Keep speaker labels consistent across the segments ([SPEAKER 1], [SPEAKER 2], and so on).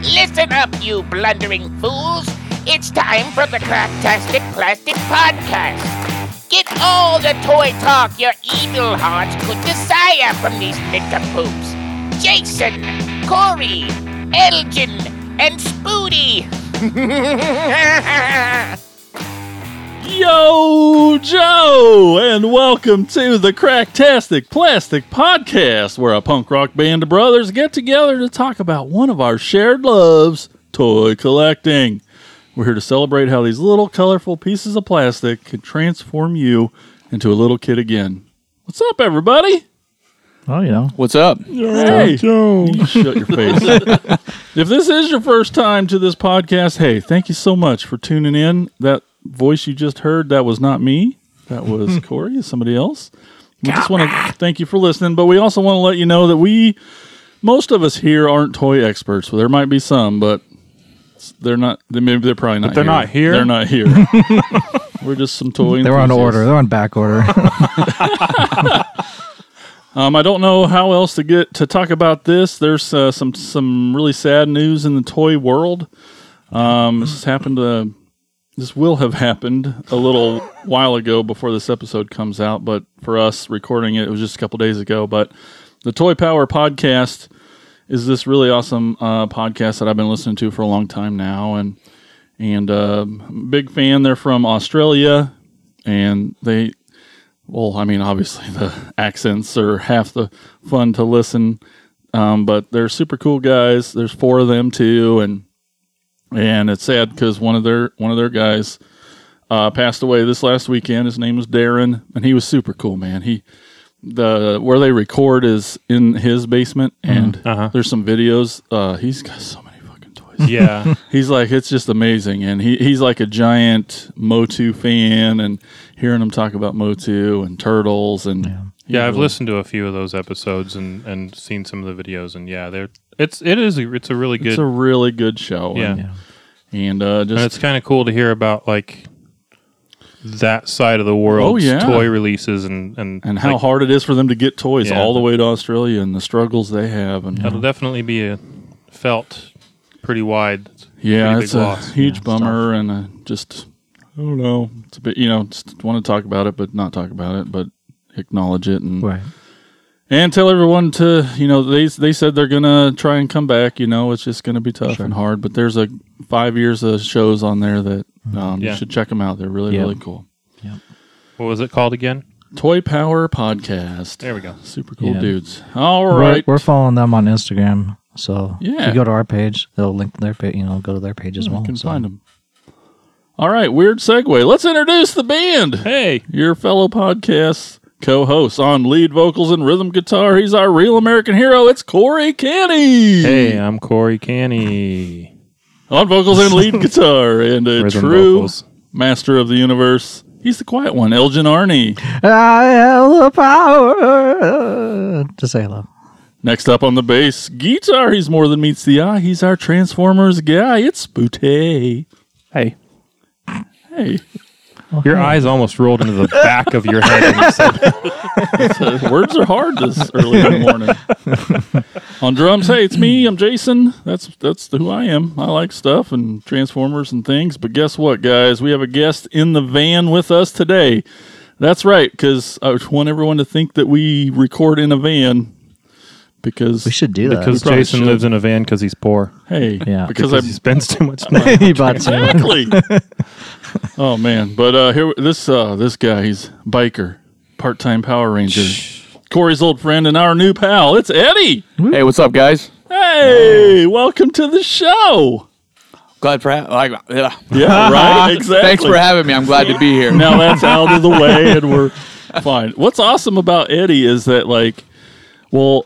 [SPEAKER 1] Listen up, you blundering fools. It's time for the Cracktastic Plastic Podcast. Get all the toy talk your evil hearts could desire from these nincompoops. Jason, Corey, Elgin, and Spoody.
[SPEAKER 2] Yo, Joe, and welcome to the Cracktastic Plastic Podcast, where a punk rock band of brothers get together to talk about one of our shared loves, toy collecting. We're here to celebrate how these little colorful pieces of plastic can transform you into a little kid again. What's up, everybody?
[SPEAKER 3] Oh, you know.
[SPEAKER 4] What's up?
[SPEAKER 2] Hey, You shut your face. if this is your first time to this podcast, hey, thank you so much for tuning in. That voice you just heard, that was not me. That was Corey, somebody else. We just want to thank you for listening, but we also want to let you know that we, most of us here, aren't toy experts. Well, there might be some, but they're not. they- Maybe they're probably not.
[SPEAKER 5] they're not here.
[SPEAKER 2] They're not here. We're just some toy.
[SPEAKER 3] They're on
[SPEAKER 2] enthusiasts.
[SPEAKER 3] order. They're on back order.
[SPEAKER 2] Um, I don't know how else to get to talk about this. There's uh, some some really sad news in the toy world. Um, this has happened. Uh, this will have happened a little while ago before this episode comes out, but for us recording it, it was just a couple days ago. But the Toy Power podcast is this really awesome uh, podcast that I've been listening to for a long time now, and and uh, I'm a big fan. They're from Australia, and they well, I mean, obviously the accents are half the fun to listen, um, but they're super cool guys. There's four of them too, and and it's sad because one of their one of their guys uh, passed away this last weekend. His name was Darren, and he was super cool, man. He the where they record is in his basement, and
[SPEAKER 5] Uh-huh.
[SPEAKER 2] there's some videos. Uh, he's got so many fucking toys.
[SPEAKER 5] Yeah.
[SPEAKER 2] He's like, it's just amazing. And he, he's like a giant Motu fan and hearing him talk about Motu and turtles and yeah,
[SPEAKER 5] Yeah, I've listened to a few of those episodes and, and seen some of the videos and yeah, they're it's it is a, it's a really good
[SPEAKER 2] It's a really good show.
[SPEAKER 5] yeah.
[SPEAKER 2] And, and, uh,
[SPEAKER 5] And
[SPEAKER 2] just
[SPEAKER 5] it's kind of cool to hear about like that side of the world
[SPEAKER 2] Oh, yeah.
[SPEAKER 5] toy releases and and,
[SPEAKER 2] and how
[SPEAKER 5] like,
[SPEAKER 2] hard it is for them to get toys
[SPEAKER 5] Yeah.
[SPEAKER 2] all the way to Australia and the struggles they have. And
[SPEAKER 5] that'll definitely be a felt pretty wide. It's a
[SPEAKER 2] yeah,
[SPEAKER 5] pretty
[SPEAKER 2] it's
[SPEAKER 5] big
[SPEAKER 2] a
[SPEAKER 5] loss.
[SPEAKER 2] huge bummer. And uh, just, I don't know. It's a bit, you know, just want to talk about it, but not talk about it, but acknowledge it. And
[SPEAKER 3] right.
[SPEAKER 2] And tell everyone to, you know, they they said they're gonna try and come back. You know, it's just gonna be tough and hard. But there's a five years of shows on there that um,
[SPEAKER 5] Yeah.
[SPEAKER 2] you should check them out. They're really
[SPEAKER 3] Mm-hmm. Yeah.
[SPEAKER 2] really cool.
[SPEAKER 5] What was it called again?
[SPEAKER 2] Toy Power Podcast.
[SPEAKER 5] There we go.
[SPEAKER 2] Super cool
[SPEAKER 3] Yeah.
[SPEAKER 2] dudes. All
[SPEAKER 3] We're-
[SPEAKER 2] right.
[SPEAKER 3] We're, following them on Instagram. So if
[SPEAKER 2] Yeah.
[SPEAKER 3] you go to our page, they'll link their page, you know, go to their page as well.
[SPEAKER 2] You can
[SPEAKER 3] so.
[SPEAKER 2] find them. All right. Weird segue. Let's introduce the band.
[SPEAKER 5] Hey,
[SPEAKER 2] your fellow podcast co-host on lead vocals and rhythm guitar. He's our real American hero. It's Corey Canny.
[SPEAKER 5] hey, I'm Corey Canny.
[SPEAKER 2] on vocals and lead guitar, and a
[SPEAKER 5] Rhythm
[SPEAKER 2] true
[SPEAKER 5] vocals.
[SPEAKER 2] master of the universe. He's the quiet one, Elgin Arney.
[SPEAKER 3] I have the power to say hello.
[SPEAKER 2] Next up on the bass guitar, he's more than meets the eye. He's our Transformers guy. It's Spootay.
[SPEAKER 4] Hey.
[SPEAKER 2] Hey,
[SPEAKER 5] Your eyes almost rolled into the back of your head when you said
[SPEAKER 2] the uh, words are hard this early in the morning. on drums, hey, it's me. I'm Jason. That's that's who I am. I like stuff and Transformers and things. But guess what, guys? We have a guest in the van with us today. That's right, because I just want everyone to think that we record in a van. Because
[SPEAKER 3] We should do that.
[SPEAKER 5] because
[SPEAKER 2] probably
[SPEAKER 5] Jason
[SPEAKER 2] should.
[SPEAKER 5] lives in a van because he's poor.
[SPEAKER 2] Hey,
[SPEAKER 3] Yeah.
[SPEAKER 2] because,
[SPEAKER 5] he
[SPEAKER 2] I
[SPEAKER 5] spends too much money.
[SPEAKER 3] he bought some.
[SPEAKER 2] exactly. oh man, but uh, here this uh, this guy he's biker, part time Power Ranger, Corey's old friend and our new pal. It's Eddie.
[SPEAKER 4] Hey, what's up, guys?
[SPEAKER 2] Hey, welcome to the show.
[SPEAKER 4] Glad for ha- like, yeah.
[SPEAKER 2] Yeah, right. Exactly.
[SPEAKER 4] Thanks for having me. I'm glad to be here.
[SPEAKER 2] now that's out of the way and we're fine. What's awesome about Eddie is that like, well,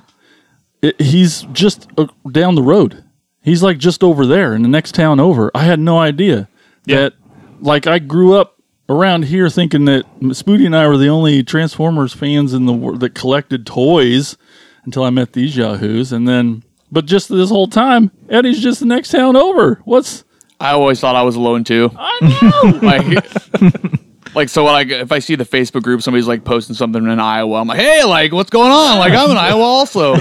[SPEAKER 2] it, he's just uh, down the road. He's like just over there in the next town over. I had no idea that like I grew up around here thinking that Spoody and I were the only Transformers fans in the world that collected toys until I met these yahoos and then but just this whole time Eddie's just the next town over. What's
[SPEAKER 4] I always thought I was alone too.
[SPEAKER 2] I know.
[SPEAKER 4] Like, like so, when I if I see the Facebook group, somebody's like posting something in Iowa, I'm like, hey, like what's going on? Like I'm in Iowa also.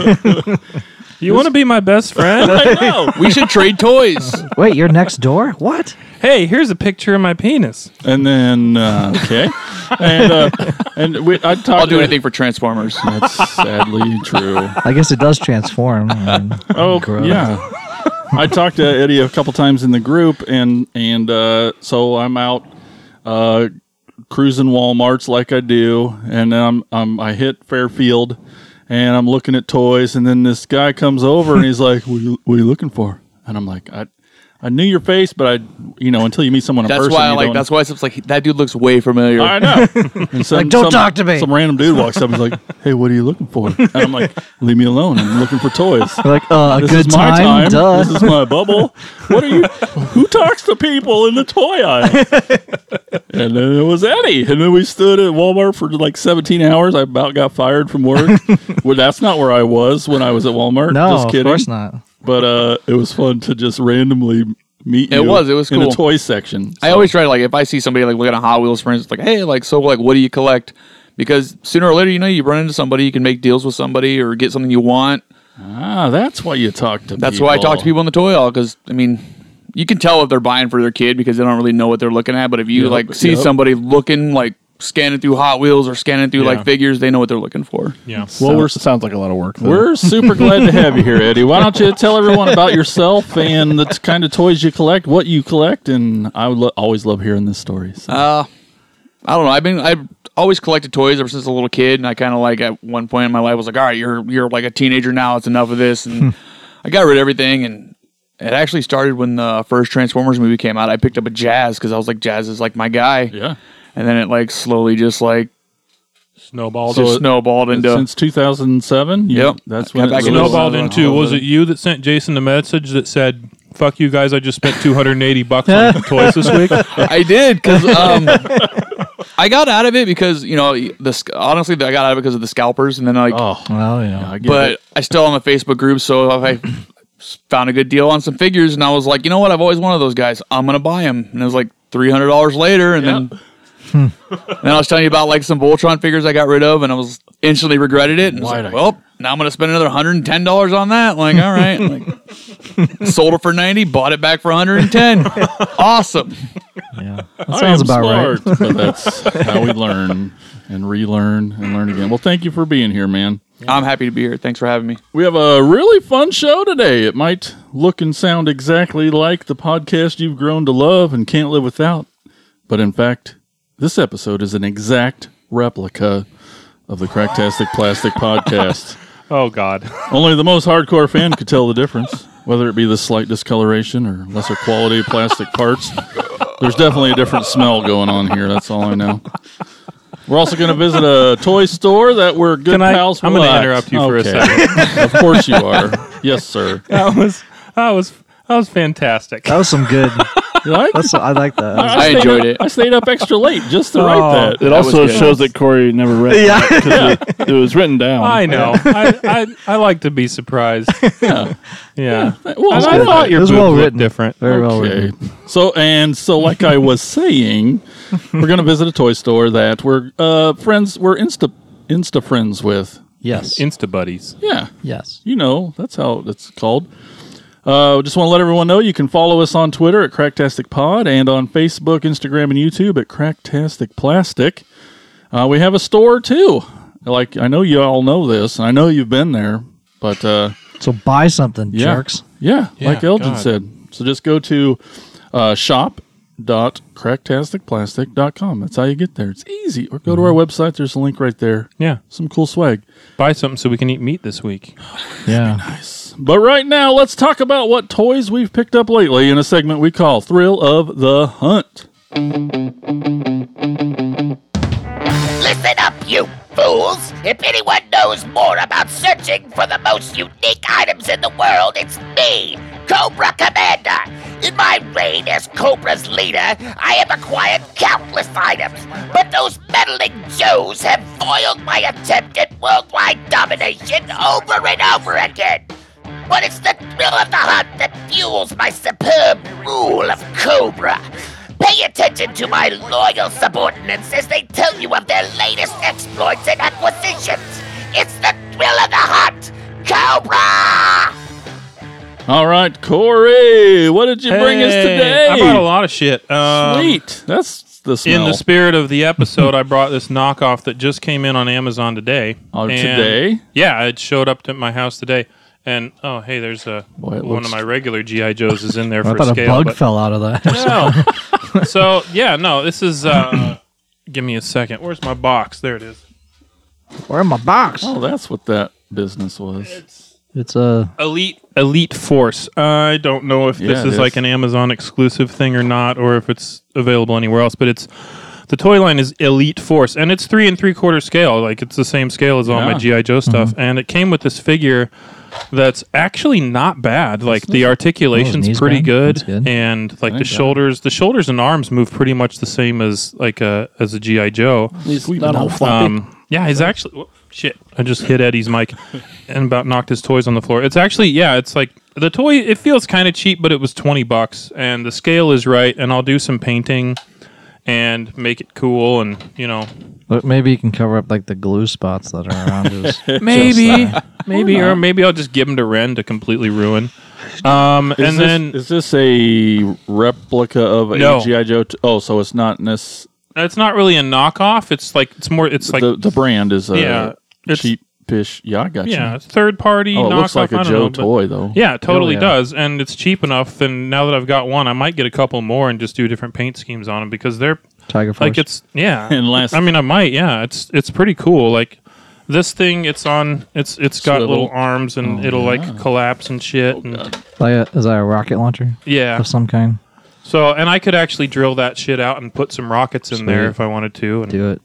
[SPEAKER 5] You want to be my best friend?
[SPEAKER 2] I know.
[SPEAKER 4] We should trade toys.
[SPEAKER 3] Wait, you're next door? What?
[SPEAKER 5] hey, here's a picture of my penis.
[SPEAKER 2] And then uh, okay, and uh, and we, I talked.
[SPEAKER 4] I'll do anything for Transformers.
[SPEAKER 2] That's sadly true.
[SPEAKER 3] I guess it does transform. I mean,
[SPEAKER 2] Oh
[SPEAKER 3] gross.
[SPEAKER 2] yeah. I talked to Eddie a couple times in the group, and and uh, so I'm out uh, cruising WalMarts like I do, and then I'm, I'm I hit Fairfield, and I'm looking at toys, and then this guy comes over and he's like, "What are you, what are you looking for?" And I'm like, "I." I knew your face, but I, you know, until you meet someone in
[SPEAKER 4] That's
[SPEAKER 2] person,
[SPEAKER 4] why I
[SPEAKER 2] you
[SPEAKER 4] like.
[SPEAKER 2] don't-
[SPEAKER 4] That's why it's like that dude looks way familiar.
[SPEAKER 2] I know. And some-
[SPEAKER 3] Like, don't
[SPEAKER 2] some-
[SPEAKER 3] talk to me.
[SPEAKER 2] Some random dude walks up and is like, "Hey, what are you looking for?" And I'm like, "Leave me alone. I'm looking for toys."
[SPEAKER 3] You're like, uh, a
[SPEAKER 2] This
[SPEAKER 3] good
[SPEAKER 2] is my
[SPEAKER 3] time?
[SPEAKER 2] time.
[SPEAKER 3] Duh.
[SPEAKER 2] This is my bubble. What are you? Who talks to people in the toy aisle? and then it was Eddie. And then we stood at Walmart for like 17 hours. I about got fired from work. well, that's not where I was when I was at Walmart.
[SPEAKER 3] no,
[SPEAKER 2] just
[SPEAKER 3] of
[SPEAKER 2] kidding.
[SPEAKER 3] course not.
[SPEAKER 2] But uh, it was fun to just randomly meet.
[SPEAKER 4] It
[SPEAKER 2] you
[SPEAKER 4] was. It was
[SPEAKER 2] in
[SPEAKER 4] cool.
[SPEAKER 2] a toy section.
[SPEAKER 4] I always try to like if I see somebody like looking at Hot Wheels, for instance, like hey, like so, like what do you collect? Because sooner or later, you know, you run into somebody, you can make deals with somebody or get something you want.
[SPEAKER 2] Ah, that's why you talk to.
[SPEAKER 4] That's why I talk to people in the toy aisle because I mean, you can tell if they're buying for their kid because they don't really know what they're looking at. But if you
[SPEAKER 2] Yep,
[SPEAKER 4] like see
[SPEAKER 2] yep.
[SPEAKER 4] somebody looking like scanning through Hot Wheels or scanning through
[SPEAKER 5] Yeah.
[SPEAKER 4] like figures, they know what they're looking for.
[SPEAKER 5] Yeah.
[SPEAKER 2] Well, we're
[SPEAKER 6] sounds like a lot of work. though.
[SPEAKER 2] We're super glad to have you here, Eddie. Why don't you tell everyone about yourself and the t- kind of toys you collect, what you collect, and I would lo- always love hearing this story. So.
[SPEAKER 4] Uh, I don't know. I've been I've always collected toys ever since a little kid, and I kind of like at one point in my life was like, all right, you're you're like a teenager now. It's enough of this, and I got rid of everything. And it actually started when the first Transformers movie came out. I picked up a Jazz because I was like, Jazz is like my guy.
[SPEAKER 2] yeah.
[SPEAKER 4] And then it like slowly just like
[SPEAKER 5] Snowballed.
[SPEAKER 4] just
[SPEAKER 2] it-
[SPEAKER 4] snowballed into
[SPEAKER 2] Since 2007. you-
[SPEAKER 4] uh, Yep.
[SPEAKER 2] That's
[SPEAKER 4] Got
[SPEAKER 2] when
[SPEAKER 4] back
[SPEAKER 2] it
[SPEAKER 4] in
[SPEAKER 2] really-
[SPEAKER 4] Snowball.
[SPEAKER 5] snowballed into. Was it you that sent Jason the message that said, "Fuck you guys, I just spent 280 bucks on toys this week."
[SPEAKER 4] I did because um, I got out of it because you know the sc- honestly I got out of it because of the scalpers, and then like
[SPEAKER 2] Oh,
[SPEAKER 3] Well, you know.
[SPEAKER 2] I get
[SPEAKER 4] but
[SPEAKER 2] it.
[SPEAKER 4] I still on the Facebook group, so if I found a good deal on some figures, and I was like, you know what, I've always wanted those guys. I'm gonna buy them, and it was like three hundred dollars later, and then and then I was telling you about like some Voltron figures I got rid of, and I was instantly regretted it, and I was
[SPEAKER 2] Why'd
[SPEAKER 4] like,
[SPEAKER 2] I-
[SPEAKER 4] well, now I'm gonna spend another hundred and ten dollars on that. Like, all right, like, sold it for ninety, bought it back for hundred and ten. awesome.
[SPEAKER 3] Yeah.
[SPEAKER 2] I
[SPEAKER 3] That
[SPEAKER 2] am
[SPEAKER 3] sounds about right.
[SPEAKER 2] smart, But that's how we learn and relearn and learn again. Well, thank you for being here, man.
[SPEAKER 4] I'm happy to be here. Thanks for having me.
[SPEAKER 2] We have a really fun show today. It might look and sound exactly like the podcast you've grown to love and can't live without, but in fact, this episode is an exact replica of the Cracktastic Plastic podcast.
[SPEAKER 5] oh God.
[SPEAKER 2] Only the most hardcore fan could tell the difference, whether it be the slight discoloration or lesser quality plastic parts. There's definitely a different smell going on here. That's all I know. We're also going to visit a toy store that we're good
[SPEAKER 5] Can I-
[SPEAKER 2] pals.
[SPEAKER 5] I'm gonna
[SPEAKER 2] What?
[SPEAKER 5] interrupt you for a
[SPEAKER 2] second. of course you are. Yes, sir.
[SPEAKER 5] That was. That was. That was fantastic.
[SPEAKER 3] That was some good.
[SPEAKER 2] You like?
[SPEAKER 3] That's I like that.
[SPEAKER 4] I
[SPEAKER 2] stayed
[SPEAKER 4] enjoyed
[SPEAKER 2] up-
[SPEAKER 4] it.
[SPEAKER 2] I stayed up extra late just to
[SPEAKER 5] Oh.
[SPEAKER 2] write that.
[SPEAKER 6] It
[SPEAKER 4] was
[SPEAKER 6] also
[SPEAKER 4] good.
[SPEAKER 6] shows that Corey never read. Yeah, it, 'cause it- it was written down.
[SPEAKER 5] I know. I, I I like to be surprised. Yeah. Yeah.
[SPEAKER 2] Well,
[SPEAKER 5] And I
[SPEAKER 2] I
[SPEAKER 5] thought your
[SPEAKER 3] It was
[SPEAKER 5] boobs
[SPEAKER 3] well
[SPEAKER 5] looked
[SPEAKER 3] written.
[SPEAKER 5] different.
[SPEAKER 3] Very well
[SPEAKER 2] Okay.
[SPEAKER 3] written.
[SPEAKER 2] So and so, like I was saying, we're gonna visit a toy store that we're uh, friends. We're insta insta friends with.
[SPEAKER 3] Yes.
[SPEAKER 5] Insta buddies.
[SPEAKER 2] Yeah,
[SPEAKER 3] yes.
[SPEAKER 2] you know that's how it's called. Uh, just want to let everyone know you can follow us on Twitter at Cracktastic Pod and on Facebook, Instagram, and YouTube at Cracktastic Plastic. Uh, we have a store too. Like I know you all know this. and I know you've been there, but. Uh,
[SPEAKER 3] So buy something,
[SPEAKER 2] yeah.
[SPEAKER 3] jerks.
[SPEAKER 2] Yeah,
[SPEAKER 5] Yeah,
[SPEAKER 2] like Elgin
[SPEAKER 5] God.
[SPEAKER 2] said. So just go to uh, shop.cracktasticplastic.com. That's how you get there. It's easy. Or go to our website. There's a link right there.
[SPEAKER 5] Yeah.
[SPEAKER 2] Some cool swag.
[SPEAKER 5] Buy something so we can eat meat this week.
[SPEAKER 3] Yeah.
[SPEAKER 2] But right now, let's talk about what toys we've picked up lately in a segment we call Thrill of the Hunt.
[SPEAKER 1] Listen up, you fools! If anyone knows more about searching for the most unique items in the world, it's me, Cobra Commander! In my reign as Cobra's leader, I have acquired countless items, but those meddling Joes have foiled my attempt at worldwide domination over and over again! But it's the thrill of the hunt that fuels my superb rule of Cobra. Pay attention to my loyal subordinates as they tell you of their latest exploits and acquisitions. It's the thrill of the hunt, Cobra!
[SPEAKER 2] All right, Corey, what did you bring us
[SPEAKER 5] Hey,
[SPEAKER 2] today?
[SPEAKER 5] I brought a lot of shit. Um,
[SPEAKER 2] Sweet. That's the
[SPEAKER 5] In
[SPEAKER 2] smell.
[SPEAKER 5] the spirit of the episode, I brought this knockoff that just came in on Amazon today.
[SPEAKER 2] Oh,
[SPEAKER 5] And-
[SPEAKER 2] today?
[SPEAKER 5] Yeah, it showed up at my house today. And oh, hey, there's a
[SPEAKER 2] Boy, it
[SPEAKER 5] one
[SPEAKER 2] looks-
[SPEAKER 5] of my regular GI Joes is in there
[SPEAKER 3] I
[SPEAKER 5] for
[SPEAKER 3] thought
[SPEAKER 5] scale.
[SPEAKER 3] a bug
[SPEAKER 5] but-
[SPEAKER 3] fell out of that.
[SPEAKER 5] No. so yeah, no, this is. Uh, give me a second. Where's my box? There it is.
[SPEAKER 3] Where in my box?
[SPEAKER 2] oh, that's what that business was.
[SPEAKER 3] It's uh, a
[SPEAKER 5] Elite Elite Force. I don't know if
[SPEAKER 2] Yeah,
[SPEAKER 5] this
[SPEAKER 2] it
[SPEAKER 5] is,
[SPEAKER 2] is.
[SPEAKER 5] like an Amazon exclusive thing or not, or if it's available anywhere else. But it's the toy line is Elite Force, and it's three and three quarter scale. Like it's the same scale as all my
[SPEAKER 2] Yeah.
[SPEAKER 5] GI Joe stuff, and it came with this figure that's actually not bad. Like the articulation's
[SPEAKER 3] Oh, knees
[SPEAKER 5] pretty
[SPEAKER 3] bend?
[SPEAKER 5] good,
[SPEAKER 3] That's good.
[SPEAKER 5] and like
[SPEAKER 2] I
[SPEAKER 5] the
[SPEAKER 2] got it.
[SPEAKER 5] shoulders, the shoulders and arms move pretty much the same as like a as a GI Joe.
[SPEAKER 2] He's not all floppy.
[SPEAKER 5] Um, yeah, he's actually whoop, shit. I just hit Eddie's mic and about knocked his toys on the floor. It's actually yeah, it's like the toy. It feels kind of cheap, but it was twenty bucks, and the scale is right. And I'll do some painting and make it cool, and you know
[SPEAKER 3] look. Maybe you can cover up like the glue spots that are around his.
[SPEAKER 5] maybe
[SPEAKER 3] there.
[SPEAKER 5] maybe or maybe I'll just give him to Ren to completely ruin. Um,
[SPEAKER 2] Is
[SPEAKER 5] and
[SPEAKER 2] this,
[SPEAKER 5] then
[SPEAKER 2] is this a replica of a
[SPEAKER 5] No.
[SPEAKER 2] GI Joe? T- oh, so it's not necess-
[SPEAKER 5] it's not really a knockoff. It's like it's more. It's like
[SPEAKER 2] the the brand is a
[SPEAKER 5] Yeah, it's-
[SPEAKER 2] cheapish. Yeah, I got
[SPEAKER 5] yeah,
[SPEAKER 2] you.
[SPEAKER 5] third party.
[SPEAKER 2] Oh, it
[SPEAKER 5] knockoff,
[SPEAKER 2] looks like
[SPEAKER 5] I
[SPEAKER 2] a
[SPEAKER 5] don't
[SPEAKER 2] Joe
[SPEAKER 5] know, but-
[SPEAKER 2] toy though.
[SPEAKER 5] Yeah, it totally
[SPEAKER 3] yeah.
[SPEAKER 5] does, and it's cheap enough. And now that I've got one, I might get a couple more and just do different paint schemes on them because they're
[SPEAKER 3] Tiger Force.
[SPEAKER 5] like it's yeah.
[SPEAKER 2] And last-
[SPEAKER 5] I mean, I might yeah. It's it's pretty cool. Like this thing, it's on. It's it's got
[SPEAKER 2] Swivel.
[SPEAKER 5] little arms and it'll like collapse and shit. and
[SPEAKER 3] Like a- is that a rocket launcher
[SPEAKER 5] yeah.
[SPEAKER 3] of some kind?
[SPEAKER 5] So and I could actually drill that shit out and put some rockets in there
[SPEAKER 3] Sweet.
[SPEAKER 5] if I wanted to. And
[SPEAKER 3] Do it.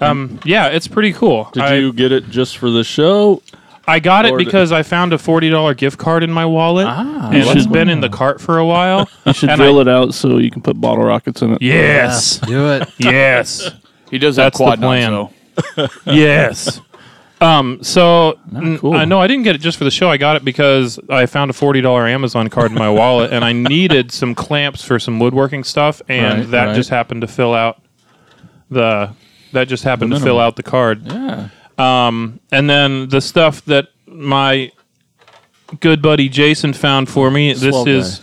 [SPEAKER 5] um, yeah, it's pretty cool.
[SPEAKER 2] Did
[SPEAKER 5] I,
[SPEAKER 2] you get it just for the show?
[SPEAKER 5] I got it
[SPEAKER 2] Or-
[SPEAKER 5] because I found a forty dollar gift card in my wallet,
[SPEAKER 2] Ah,
[SPEAKER 5] and it's
[SPEAKER 6] should-
[SPEAKER 5] been in the cart for a while.
[SPEAKER 6] You should
[SPEAKER 5] And
[SPEAKER 6] drill
[SPEAKER 5] I-
[SPEAKER 6] it out so you can put bottle rockets in it.
[SPEAKER 5] yes.
[SPEAKER 3] Do it.
[SPEAKER 5] Yes.
[SPEAKER 4] He does have
[SPEAKER 5] That's the
[SPEAKER 4] quad knots,
[SPEAKER 5] plan.
[SPEAKER 4] though.
[SPEAKER 5] yes. Um, so n-
[SPEAKER 2] cool.
[SPEAKER 5] I know I didn't get it just for the show. I got it because I found a forty dollar Amazon card in my wallet, and I needed some clamps for some woodworking stuff, and
[SPEAKER 2] Right,
[SPEAKER 5] that
[SPEAKER 2] right.
[SPEAKER 5] just happened to fill out the that just happened to fill
[SPEAKER 2] minimum.
[SPEAKER 5] out the card. Um,
[SPEAKER 2] Yeah.
[SPEAKER 5] And then the stuff that my good buddy Jason found for me.
[SPEAKER 2] Swell
[SPEAKER 5] this
[SPEAKER 2] guy.
[SPEAKER 5] is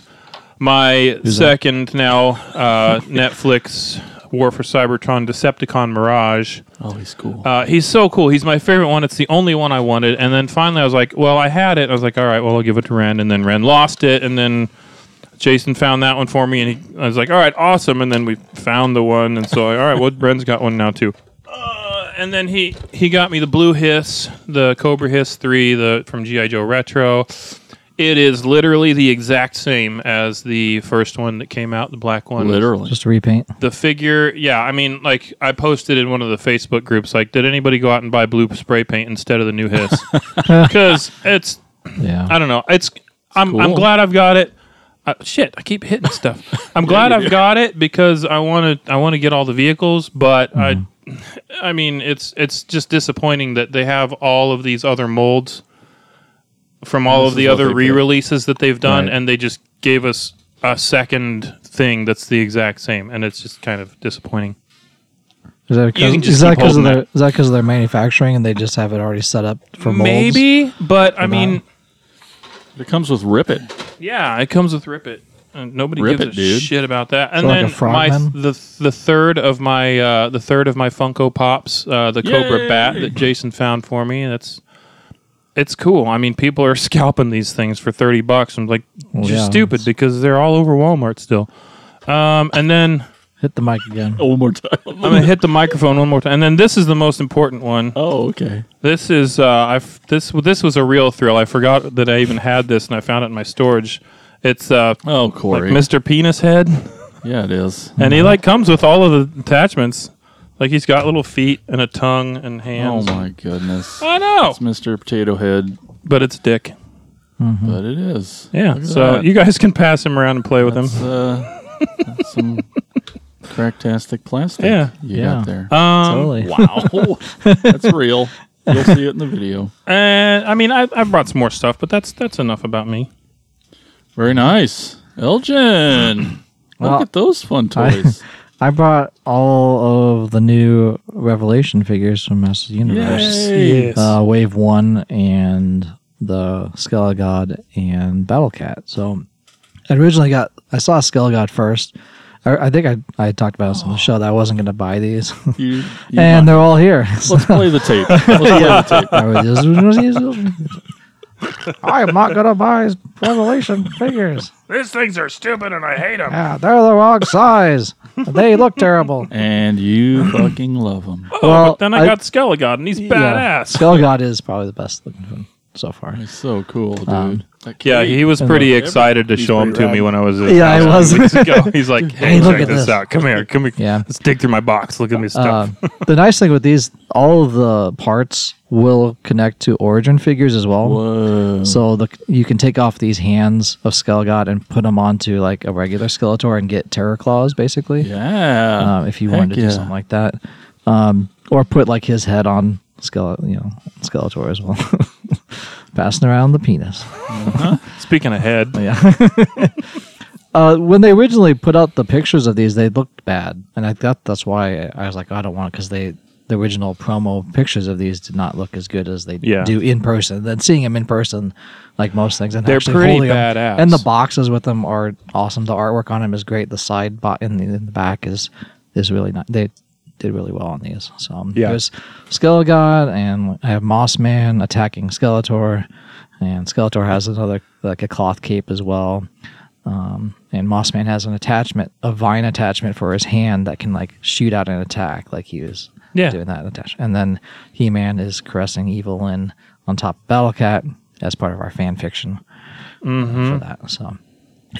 [SPEAKER 5] my second now uh, Netflix War for Cybertron Decepticon Mirage.
[SPEAKER 2] Oh, he's cool.
[SPEAKER 5] Uh, he's so cool. He's my favorite one. It's the only one I wanted. And then finally, I was like, well, I had it. I was like, all right, well, I'll give it to Ren. And then Ren lost it. And then Jason found that one for me. And he, I was like, all right, awesome. And then we found the one. And so, I, all right, well, Ren's got one now, too. Uh, and then he, he got me the Blue Hiss, the Cobra Hiss 3 the from G.I. Joe Retro. It is literally the exact same as the first one that came out, the black one
[SPEAKER 2] Literally.
[SPEAKER 3] Just repaint.
[SPEAKER 5] the figure yeah i mean like i posted in one of the facebook groups like did anybody go out and buy blue spray paint instead of the new hiss because it's
[SPEAKER 3] Yeah.
[SPEAKER 5] i don't know it's i'm, I'm
[SPEAKER 2] cool.
[SPEAKER 5] glad i've got it uh, shit i keep hitting stuff i'm glad i've got it because i want to i want to get all the vehicles but
[SPEAKER 2] Mm-hmm.
[SPEAKER 5] i i mean it's it's just disappointing that they have all of these other molds from all of the
[SPEAKER 2] is what
[SPEAKER 5] other
[SPEAKER 2] they put.
[SPEAKER 5] re-releases that they've done
[SPEAKER 2] Right.
[SPEAKER 5] and they just gave us a second thing that's the exact same and it's just kind of disappointing
[SPEAKER 3] Is that
[SPEAKER 5] can
[SPEAKER 3] because
[SPEAKER 5] just
[SPEAKER 3] is that
[SPEAKER 5] keep
[SPEAKER 3] 'cause
[SPEAKER 5] holding
[SPEAKER 3] of their
[SPEAKER 5] it.
[SPEAKER 3] is that because of their manufacturing and they just have it already set up for molds?
[SPEAKER 5] maybe but i mean
[SPEAKER 2] It comes with Rip It.
[SPEAKER 5] yeah it comes with rip it and nobody
[SPEAKER 2] Rip
[SPEAKER 5] gives
[SPEAKER 2] it,
[SPEAKER 5] a
[SPEAKER 2] dude.
[SPEAKER 5] shit about that and
[SPEAKER 3] So like a
[SPEAKER 5] then my
[SPEAKER 3] frogman?
[SPEAKER 5] the the third of my uh the third of my funko pops uh the cobra
[SPEAKER 2] Yay!
[SPEAKER 5] bat that jason found for me that's it's cool i mean people are scalping these things for 30 bucks i'm like you're
[SPEAKER 3] yeah,
[SPEAKER 5] stupid because they're all over walmart still um and then
[SPEAKER 3] Hit the mic again.
[SPEAKER 2] Oh, one more time.
[SPEAKER 5] I'm gonna hit the microphone one more time, and then this is the most important one.
[SPEAKER 2] Oh, okay.
[SPEAKER 5] This is uh, I this this was a real thrill. I forgot that I even had this, and I found it in my storage. It's uh,
[SPEAKER 2] Oh,
[SPEAKER 5] like
[SPEAKER 2] Corey.
[SPEAKER 5] Mr. Penis Head,
[SPEAKER 2] yeah, it is.
[SPEAKER 5] and he like comes with all of the attachments. Like he's got little feet and a tongue and
[SPEAKER 2] Oh
[SPEAKER 5] hands.
[SPEAKER 2] my goodness.
[SPEAKER 5] I know,
[SPEAKER 2] It's Mr. Potato Head,
[SPEAKER 5] but it's dick.
[SPEAKER 2] but it is.
[SPEAKER 5] Yeah,
[SPEAKER 2] Look at
[SPEAKER 5] so
[SPEAKER 2] that.
[SPEAKER 5] you guys can pass him around and play with him.
[SPEAKER 2] That's, uh, that's some cracktastic plastic.
[SPEAKER 5] Yeah.
[SPEAKER 2] you
[SPEAKER 3] Yeah.
[SPEAKER 2] got there.
[SPEAKER 5] Um,
[SPEAKER 3] Totally.
[SPEAKER 2] wow, that's real. You'll see it in the video.
[SPEAKER 5] and I mean, I, I brought some more stuff, but that's that's enough about me.
[SPEAKER 2] Very nice, Elgin.
[SPEAKER 3] Well,
[SPEAKER 2] Look at those fun toys.
[SPEAKER 3] I bought all of the new
[SPEAKER 2] Uh,
[SPEAKER 3] Revelation figures from Masters of the Universe.
[SPEAKER 2] Yay.
[SPEAKER 5] Yes.
[SPEAKER 3] Uh, Wave 1 and the Skull God and Battle Cat. So I originally got I saw Skull God first. I, I think I, I talked about this on the show that I wasn't going to buy these,
[SPEAKER 2] You, you
[SPEAKER 3] and they're all here. So
[SPEAKER 2] let's play the tape. Let's play the tape.
[SPEAKER 3] I was just- I am not going to buy Revelation figures.
[SPEAKER 5] These things are stupid and I hate them.
[SPEAKER 3] Yeah, they're the wrong size. They look terrible.
[SPEAKER 2] And you fucking love them.
[SPEAKER 3] well,
[SPEAKER 5] Oh, Then I, got Skelligod and he's
[SPEAKER 3] yeah,
[SPEAKER 5] badass.
[SPEAKER 3] Skull God is probably the best looking one so far.
[SPEAKER 2] It's so cool, dude.
[SPEAKER 3] Um,
[SPEAKER 2] That
[SPEAKER 5] Yeah,
[SPEAKER 2] kid-
[SPEAKER 5] he was pretty excited to show them to me when I was. at his
[SPEAKER 3] Yeah, I
[SPEAKER 5] house a few
[SPEAKER 3] was.
[SPEAKER 5] weeks ago. He's like, "Hey,
[SPEAKER 3] look
[SPEAKER 5] check
[SPEAKER 3] at
[SPEAKER 5] this,
[SPEAKER 3] this."
[SPEAKER 5] out. Come here, come here.
[SPEAKER 3] Yeah.
[SPEAKER 5] let's dig through my box. Look at me stuff.
[SPEAKER 3] Um, the nice thing with these, all of the parts will connect to origin figures as well.
[SPEAKER 2] Whoa.
[SPEAKER 3] So the, you can take off these hands of Skullgod and put them onto like a regular Skeletor and get Terror Claws basically.
[SPEAKER 2] Yeah.
[SPEAKER 3] Um, if you
[SPEAKER 2] Heck
[SPEAKER 3] wanted to
[SPEAKER 2] yeah.
[SPEAKER 3] do something like that, um, or put like his head on Skeletor, you know, Skeletor as well, passing around the penis.
[SPEAKER 5] Speaking ahead,
[SPEAKER 3] Uh, when they originally put out the pictures of these, they looked bad, and I thought that's why I was like, "Oh, I don't want because they the original promo pictures of these did not look as good as they
[SPEAKER 5] Yeah.
[SPEAKER 3] do in person. Then seeing them in person, like most things, and
[SPEAKER 5] They're
[SPEAKER 3] actually
[SPEAKER 5] pretty
[SPEAKER 3] holding 'em-
[SPEAKER 5] badass.
[SPEAKER 3] And the boxes with them are awesome. The artwork on them is great. The side bot in the, in the back is is really nice. They did really well on these. So um,
[SPEAKER 5] Yeah.
[SPEAKER 3] there's Skeletor, and I have Mossman attacking Skeletor, and Skeletor has another like a cloth cape as well. Um, and Mossman has an attachment, a vine attachment for his hand that can like shoot out an attack, like he was
[SPEAKER 5] Yeah.
[SPEAKER 3] doing that attachment. And then He Man is caressing Evil Lyn on top of Battle Cat as part of our fan fiction
[SPEAKER 2] Mm-hmm.
[SPEAKER 3] for that. So,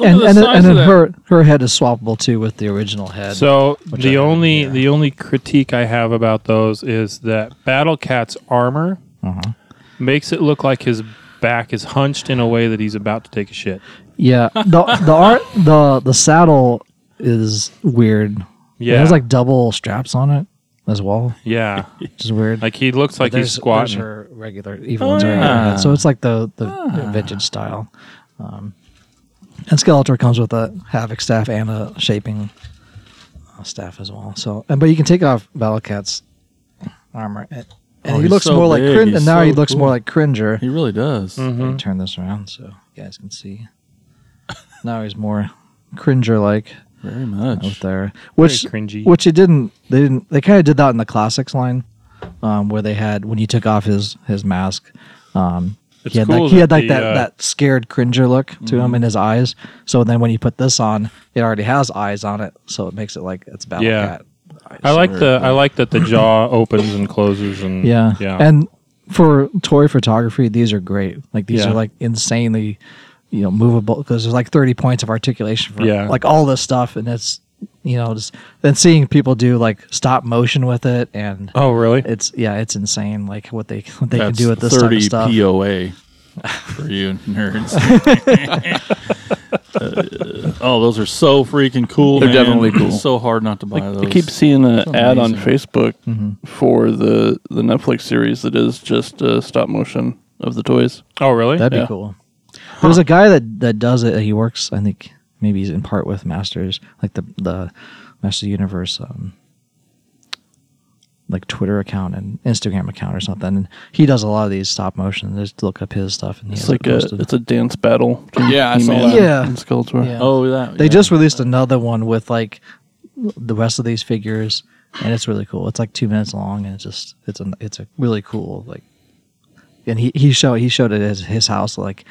[SPEAKER 3] and
[SPEAKER 2] the
[SPEAKER 3] and, then,
[SPEAKER 2] size
[SPEAKER 3] and
[SPEAKER 2] of
[SPEAKER 3] then
[SPEAKER 2] that.
[SPEAKER 3] her her head is swappable too with the original head.
[SPEAKER 5] so the
[SPEAKER 3] I-
[SPEAKER 5] only the only critique I have about those is that Battle Cat's armor
[SPEAKER 3] Uh-huh.
[SPEAKER 5] makes it look like his back is hunched in a way that he's about to take a shit.
[SPEAKER 3] yeah, the the art the the saddle is weird. it
[SPEAKER 5] Yeah,
[SPEAKER 3] has like double straps on it as well,
[SPEAKER 5] yeah,
[SPEAKER 3] which is weird.
[SPEAKER 5] like he looks like he's
[SPEAKER 3] there's, there's
[SPEAKER 5] squatting.
[SPEAKER 3] her regular
[SPEAKER 2] Oh,
[SPEAKER 3] evil ones right there. So it's like the the
[SPEAKER 2] Ah.
[SPEAKER 3] vintage style. Um, and Skeletor comes with a havoc staff and a shaping uh, staff as well. So and but you can take off Battlecat's armor and, and
[SPEAKER 2] Oh,
[SPEAKER 3] he
[SPEAKER 2] he's
[SPEAKER 3] looks
[SPEAKER 2] so
[SPEAKER 3] more like
[SPEAKER 2] big.
[SPEAKER 3] Crin-
[SPEAKER 2] He's
[SPEAKER 3] and now he
[SPEAKER 2] so
[SPEAKER 3] looks
[SPEAKER 2] cool. Mm-hmm.
[SPEAKER 3] more like Cringer.
[SPEAKER 2] He really does.
[SPEAKER 3] Let me Turn this around so you guys can see. Now he's more Cringer like
[SPEAKER 2] Very
[SPEAKER 3] out
[SPEAKER 2] much.
[SPEAKER 3] there, which
[SPEAKER 5] cringy.
[SPEAKER 3] which it didn't. They didn't. They kind of did that in the classics line, um, where they had when he took off his his mask. Um,
[SPEAKER 5] It's
[SPEAKER 3] he had
[SPEAKER 5] cool
[SPEAKER 3] like, he had
[SPEAKER 5] that
[SPEAKER 3] like
[SPEAKER 5] the,
[SPEAKER 3] that,
[SPEAKER 5] uh, Mm-hmm.
[SPEAKER 3] that scared cringer look to him in his eyes. So then when you put this on, it already has eyes on it, so it makes it like it's Battle
[SPEAKER 5] Yeah.
[SPEAKER 3] Cat.
[SPEAKER 5] I like the I like that the jaw opens and closes and
[SPEAKER 3] Yeah.
[SPEAKER 5] yeah
[SPEAKER 3] And for toy photography, these are great. Like these
[SPEAKER 5] Yeah.
[SPEAKER 3] are like insanely, you know, movable because there's like 30 points of articulation for
[SPEAKER 5] Yeah.
[SPEAKER 3] like all this stuff, and it's you know just then seeing people do like stop motion with it, and
[SPEAKER 5] oh really
[SPEAKER 3] it's yeah, it's insane like what they what they can
[SPEAKER 2] That's
[SPEAKER 3] do with this type
[SPEAKER 2] thirty
[SPEAKER 3] of stuff.
[SPEAKER 2] POA for you nerds. Uh, oh, those are so freaking cool.
[SPEAKER 4] They're
[SPEAKER 2] man.
[SPEAKER 4] definitely cool.
[SPEAKER 2] It's so hard not to buy those.
[SPEAKER 6] I keep seeing an ad on
[SPEAKER 2] amazing.
[SPEAKER 6] Facebook for the the Netflix series that is just uh, stop motion of the toys.
[SPEAKER 5] oh really
[SPEAKER 3] That'd
[SPEAKER 6] Yeah.
[SPEAKER 3] be cool. There's a guy that that does it. He works, I think, maybe he's in part with Masters, like the the Master Universe, um, like Twitter account and Instagram account or something. And he does a lot of these stop motion. Just look up his stuff, and he
[SPEAKER 6] It's
[SPEAKER 3] has it
[SPEAKER 6] like a
[SPEAKER 3] posted.
[SPEAKER 6] it's a dance battle.
[SPEAKER 4] Yeah, I saw
[SPEAKER 6] He-Man
[SPEAKER 4] that.
[SPEAKER 3] Yeah.
[SPEAKER 6] and Skeletor.
[SPEAKER 3] Yeah.
[SPEAKER 2] Oh, that
[SPEAKER 3] they
[SPEAKER 2] yeah.
[SPEAKER 3] just released another one with like the rest of these figures, and it's really cool. It's like two minutes long, and it's just it's a it's a really cool like. And he he showed he showed it at his house like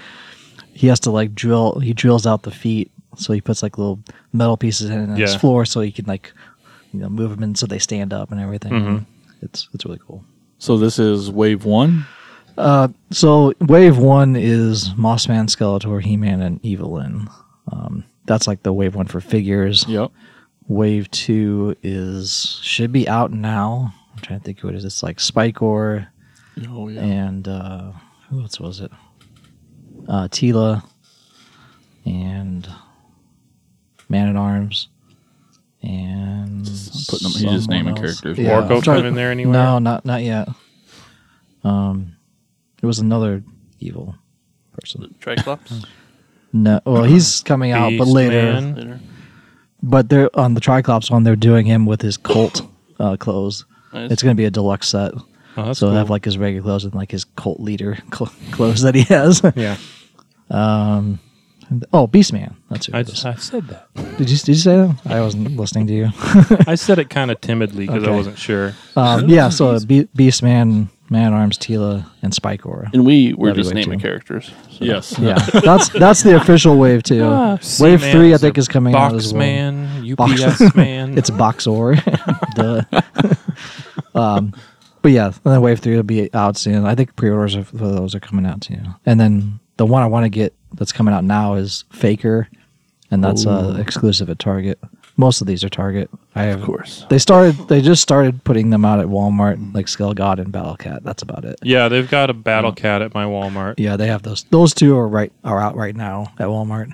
[SPEAKER 3] he has to like drill he drills out the feet so he puts like little metal pieces in his
[SPEAKER 5] Yeah.
[SPEAKER 3] floor so he can like you know move them in so they stand up and everything. It's it's really cool.
[SPEAKER 2] So this is wave one.
[SPEAKER 3] So wave one is Mossman, Skeletor, He Man, and Evelyn. Um, that's like the wave one for figures.
[SPEAKER 2] Yep.
[SPEAKER 3] Wave two is should be out now. I'm trying to think who it is. It's like Spike Or
[SPEAKER 2] Oh yeah.
[SPEAKER 3] and uh, who else was it? Uh, Tila and Man at Arms and
[SPEAKER 2] I'm putting them. He's just
[SPEAKER 3] someone
[SPEAKER 2] naming
[SPEAKER 3] else.
[SPEAKER 2] characters.
[SPEAKER 3] Yeah.
[SPEAKER 5] Orko come in there anywhere
[SPEAKER 3] No, not not yet. Um, it was another evil person.
[SPEAKER 6] Triclops.
[SPEAKER 3] No, well, he's coming out, but
[SPEAKER 5] Beast
[SPEAKER 3] later.
[SPEAKER 5] Man.
[SPEAKER 6] Later.
[SPEAKER 3] But they're on the Triclops one. They're doing him with his cult uh, clothes.
[SPEAKER 6] Nice.
[SPEAKER 3] It's going to be a deluxe set.
[SPEAKER 5] Oh, that's
[SPEAKER 3] so he'll have
[SPEAKER 5] cool.
[SPEAKER 3] like his regular clothes and like his cult leader cl- clothes that he has.
[SPEAKER 5] Yeah.
[SPEAKER 3] Um, and- oh, Beastman. That's who
[SPEAKER 5] I,
[SPEAKER 3] it was.
[SPEAKER 5] just, I said that.
[SPEAKER 3] Did you did you say that? I wasn't listening to you.
[SPEAKER 5] I said it kind of timidly because I
[SPEAKER 3] Okay.
[SPEAKER 5] wasn't sure.
[SPEAKER 3] Um, yeah. So Be- Beastman, Man Arms, Tila, and Spike Aura.
[SPEAKER 6] And we were
[SPEAKER 3] That'd be
[SPEAKER 6] just
[SPEAKER 3] way
[SPEAKER 6] naming
[SPEAKER 3] too-
[SPEAKER 6] characters. So.
[SPEAKER 2] Yes.
[SPEAKER 3] Yeah, that's that's the official wave too. wave
[SPEAKER 5] Seaman
[SPEAKER 3] three, I
[SPEAKER 5] Ah, is a
[SPEAKER 3] think, is coming
[SPEAKER 5] Box
[SPEAKER 3] out as well.
[SPEAKER 5] man,
[SPEAKER 3] Box-
[SPEAKER 5] UPS man.
[SPEAKER 3] It's Boxor. Duh. um, but yeah, and then Wave Three will be out soon. I think pre-orders of- for those are coming out too. And then the one I want to get that's coming out now is Faker, and that's uh, exclusive at Target. Most of these are Target. I have, of
[SPEAKER 6] course.
[SPEAKER 3] They started. They just started putting them out at Walmart, like Skull God and Battle Cat. That's about it.
[SPEAKER 5] yeah, they've got a battle
[SPEAKER 3] Mm.
[SPEAKER 5] cat at my Walmart.
[SPEAKER 3] Yeah, they have those. Those two are right are out right now at Walmart,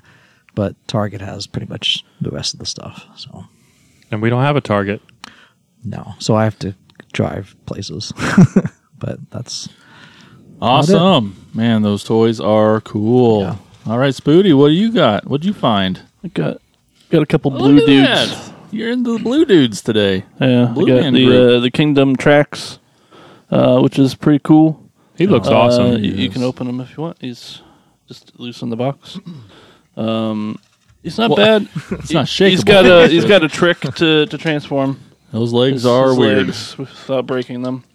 [SPEAKER 3] but Target has pretty much the rest of the stuff. So
[SPEAKER 5] And we don't have a Target.
[SPEAKER 3] no, so I have to drive places. but that's
[SPEAKER 2] Awesome. Man, those toys are cool.
[SPEAKER 3] Yeah.
[SPEAKER 2] All right, Spoody, what do you got? What'd you find?
[SPEAKER 6] I got got a couple blue dudes.
[SPEAKER 2] You're into the blue dudes today.
[SPEAKER 6] Yeah,
[SPEAKER 2] Blue
[SPEAKER 6] I got
[SPEAKER 2] Man
[SPEAKER 6] the
[SPEAKER 2] Group.
[SPEAKER 6] uh, the Kingdom tracks, uh, which is pretty cool.
[SPEAKER 5] He looks
[SPEAKER 6] Uh,
[SPEAKER 5] awesome.
[SPEAKER 6] y- You, can open him if you want. He's just loose in the box. Um, he's not bad.
[SPEAKER 2] It's not shakeable.
[SPEAKER 6] uh, He's got a he's got a trick to, to transform.
[SPEAKER 2] those legs
[SPEAKER 6] His,
[SPEAKER 2] are
[SPEAKER 6] his
[SPEAKER 2] weird.
[SPEAKER 6] legs without breaking them.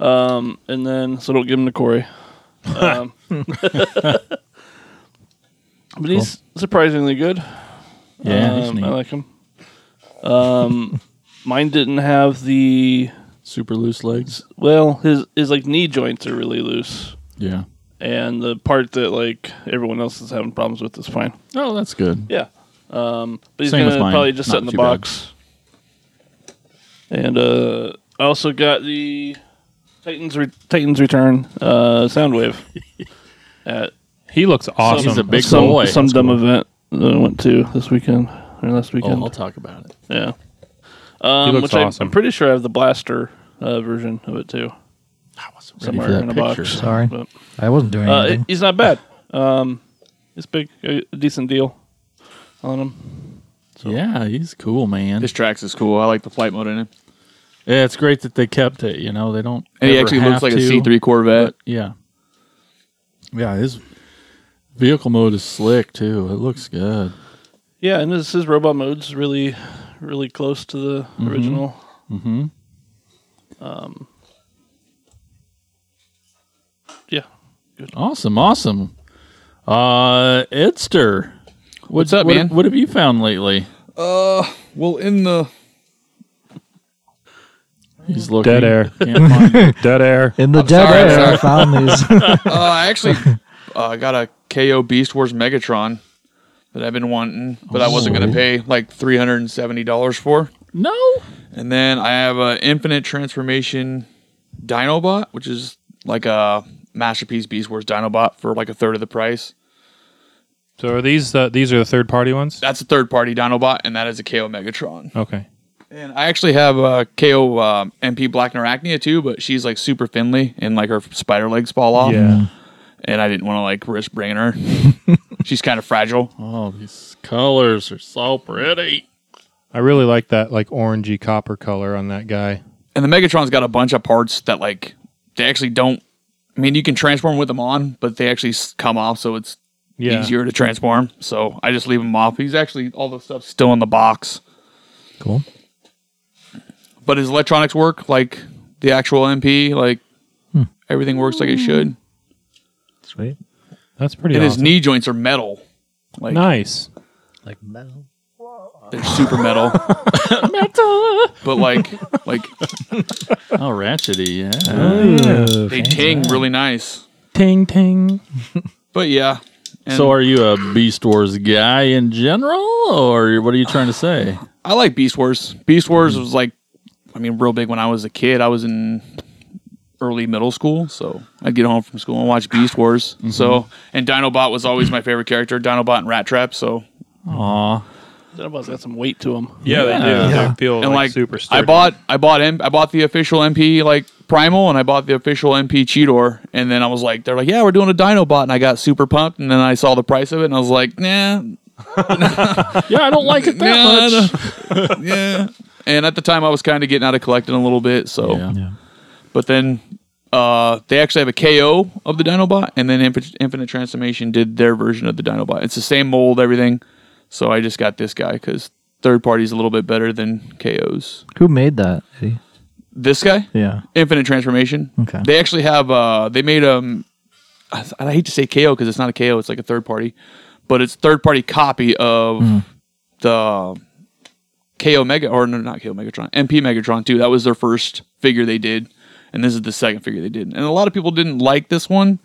[SPEAKER 6] Um, and then so don't give him to Corey. Um, but he's surprisingly good.
[SPEAKER 2] Yeah, he's
[SPEAKER 6] um,
[SPEAKER 2] neat.
[SPEAKER 6] I like him. Um, mine didn't have the
[SPEAKER 2] super loose legs.
[SPEAKER 6] well. His his like knee joints are really loose,
[SPEAKER 2] Yeah.
[SPEAKER 6] and the part that like everyone else is having problems with is fine.
[SPEAKER 2] Oh, that's good.
[SPEAKER 6] Yeah. Um, but he's
[SPEAKER 2] Same with
[SPEAKER 6] gonna
[SPEAKER 2] mine.
[SPEAKER 6] probably just
[SPEAKER 2] Not
[SPEAKER 6] sit in the
[SPEAKER 2] too bad.
[SPEAKER 6] box. And uh, I also got the Titans Re- Titans Return uh, Soundwave at
[SPEAKER 5] he looks awesome.
[SPEAKER 2] He's a big
[SPEAKER 6] some
[SPEAKER 2] boy.
[SPEAKER 6] some
[SPEAKER 2] That's
[SPEAKER 6] dumb event that I went to this weekend or last
[SPEAKER 2] Oh,
[SPEAKER 6] weekend.
[SPEAKER 2] I'll talk about it.
[SPEAKER 6] yeah. Um,
[SPEAKER 5] looks
[SPEAKER 6] which I,
[SPEAKER 5] awesome.
[SPEAKER 6] I'm pretty sure I have the blaster uh, version of it too.
[SPEAKER 2] Ready for
[SPEAKER 6] Somewhere
[SPEAKER 2] that
[SPEAKER 6] in a
[SPEAKER 2] picture.
[SPEAKER 6] box.
[SPEAKER 3] sorry.
[SPEAKER 6] But,
[SPEAKER 3] I wasn't doing
[SPEAKER 6] uh, it-
[SPEAKER 3] anything.
[SPEAKER 6] he's not bad. Um, it's big, a a decent deal on him.
[SPEAKER 2] Yeah, he's cool, man.
[SPEAKER 4] This tracks is cool. I like the flight mode in it.
[SPEAKER 2] Yeah, it's great that they kept it. You know, they don't.
[SPEAKER 4] And he
[SPEAKER 2] ever
[SPEAKER 4] actually
[SPEAKER 2] have
[SPEAKER 4] looks like a
[SPEAKER 2] to.
[SPEAKER 4] C three Corvette.
[SPEAKER 2] Yeah. Yeah, his vehicle mode is slick too. It looks good.
[SPEAKER 6] Yeah, and this his robot mode's really, really close to the original. Um,
[SPEAKER 2] Mm-hmm.
[SPEAKER 6] Yeah,
[SPEAKER 2] Awesome, awesome. Uh, Edster,
[SPEAKER 4] What's up,
[SPEAKER 2] what,
[SPEAKER 4] man?
[SPEAKER 2] What have you found lately?
[SPEAKER 4] Well, in the
[SPEAKER 2] He's looking
[SPEAKER 5] air.
[SPEAKER 2] Can't find it.
[SPEAKER 5] Dead air.
[SPEAKER 3] In the dead
[SPEAKER 4] sorry, I'm
[SPEAKER 3] air, I
[SPEAKER 4] sorry.
[SPEAKER 3] found these.
[SPEAKER 4] uh, I actually uh, got a KO Beast Wars Megatron that I've been wanting, but I wasn't
[SPEAKER 5] Oh.
[SPEAKER 4] gonna pay like three hundred and seventy dollars for.
[SPEAKER 2] no.
[SPEAKER 4] And then I have an Infinite Transformation Dinobot, which is like a masterpiece Beast Wars Dinobot for like a third of the price.
[SPEAKER 5] So are these uh, these are the third party ones?
[SPEAKER 4] That's a third party Dinobot, and that is a KO Megatron.
[SPEAKER 5] Okay.
[SPEAKER 4] And I actually have a KO um, MP Black Narachnia too, but she's like super thinly and like her spider legs fall
[SPEAKER 3] Mm.
[SPEAKER 4] off.
[SPEAKER 5] Yeah.
[SPEAKER 4] And I didn't want to like risk bringing her. she's kind of fragile.
[SPEAKER 2] Oh, these colors are so pretty.
[SPEAKER 5] I really like that like orangey copper color on that guy.
[SPEAKER 4] And the Megatron's got a bunch of parts that like they actually don't. I mean, you can transform with them on, but they actually s- come off, so it's
[SPEAKER 5] Yeah.
[SPEAKER 4] easier to transform. So I just leave him off. He's actually all the stuff's still in the box,
[SPEAKER 3] cool.
[SPEAKER 4] but his electronics work like the actual MP. Like
[SPEAKER 5] Hmm.
[SPEAKER 4] everything works like it should.
[SPEAKER 3] Sweet.
[SPEAKER 5] That's pretty
[SPEAKER 4] And his
[SPEAKER 5] awesome.
[SPEAKER 4] knee joints are metal. Like
[SPEAKER 5] nice.
[SPEAKER 3] Like metal.
[SPEAKER 4] They're super metal. metal. But like like
[SPEAKER 2] Oh, ratchety. Yeah.
[SPEAKER 4] they ting really nice.
[SPEAKER 5] Ting ting.
[SPEAKER 4] But yeah. And
[SPEAKER 2] so, are you a Beast Wars guy in general, or what are you trying to say?
[SPEAKER 4] I like Beast Wars. Beast Wars was like I mean real big when I was a kid. I was in early middle school, so I'd get home from school and watch Beast Wars. So
[SPEAKER 2] Mm-hmm.
[SPEAKER 4] and Dinobot was always my favorite character, Dinobot and Rat Trap, so
[SPEAKER 2] Aw,
[SPEAKER 6] Dinobot's got some weight to him.
[SPEAKER 5] Yeah, they do.
[SPEAKER 3] Yeah.
[SPEAKER 5] They feel
[SPEAKER 4] and like,
[SPEAKER 5] super
[SPEAKER 4] I
[SPEAKER 5] sturdy.
[SPEAKER 4] bought I bought M- I bought the official MP like Primal and I bought the official MP Cheetor and then I was like they're like yeah we're doing a Dinobot and I got super pumped and then I saw the price of it and I was like nah
[SPEAKER 2] yeah, I don't like it that
[SPEAKER 4] nah, I
[SPEAKER 2] much.
[SPEAKER 4] don't- yeah and at the time I was kind of getting out of collecting a little bit so
[SPEAKER 2] Yeah.
[SPEAKER 3] Yeah.
[SPEAKER 4] but then Uh, they actually have a KO of the Dinobot, and then Infinite, Infinite Transformation did their version of the Dinobot. It's the same mold, everything. So I just got this guy because third party's a little bit better than KO's.
[SPEAKER 3] Who made that? Eddie?
[SPEAKER 4] This guy,
[SPEAKER 3] Yeah.
[SPEAKER 4] Infinite Transformation.
[SPEAKER 3] Okay.
[SPEAKER 4] They actually have. Uh, they made um, I, I hate to say KO because it's not a KO. It's like a third party, but it's third party copy of the KO Mega or no, not KO Megatron, MP Megatron too. That was their first figure they did, and this is the second figure they did. And a lot of people didn't like this one.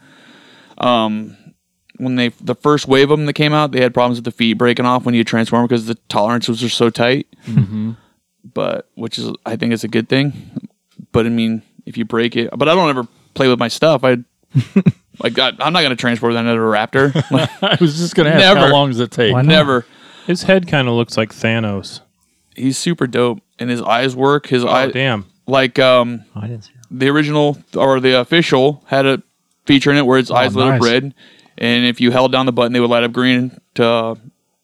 [SPEAKER 4] Um, when they the first wave of them that came out, they had problems with the feet breaking off when you transform because the tolerances are so tight. But which is I think is a good thing but I mean, if you break it, but I don't ever play with my stuff. I like I, I'm not gonna transport that into a raptor. Like,
[SPEAKER 2] I was just going to ask how
[SPEAKER 4] Never.
[SPEAKER 2] long does it take?
[SPEAKER 3] Why not?
[SPEAKER 4] never.
[SPEAKER 5] His head kind of looks like Thanos.
[SPEAKER 4] He's super dope, and his eyes work. His
[SPEAKER 5] Oh,
[SPEAKER 4] eye,
[SPEAKER 5] damn.
[SPEAKER 4] like um,
[SPEAKER 3] Oh, I didn't see that.
[SPEAKER 4] the original or the official had a feature in it where its eyes lit
[SPEAKER 3] nice.
[SPEAKER 4] up red, and if you held down the button, they would light up green to uh,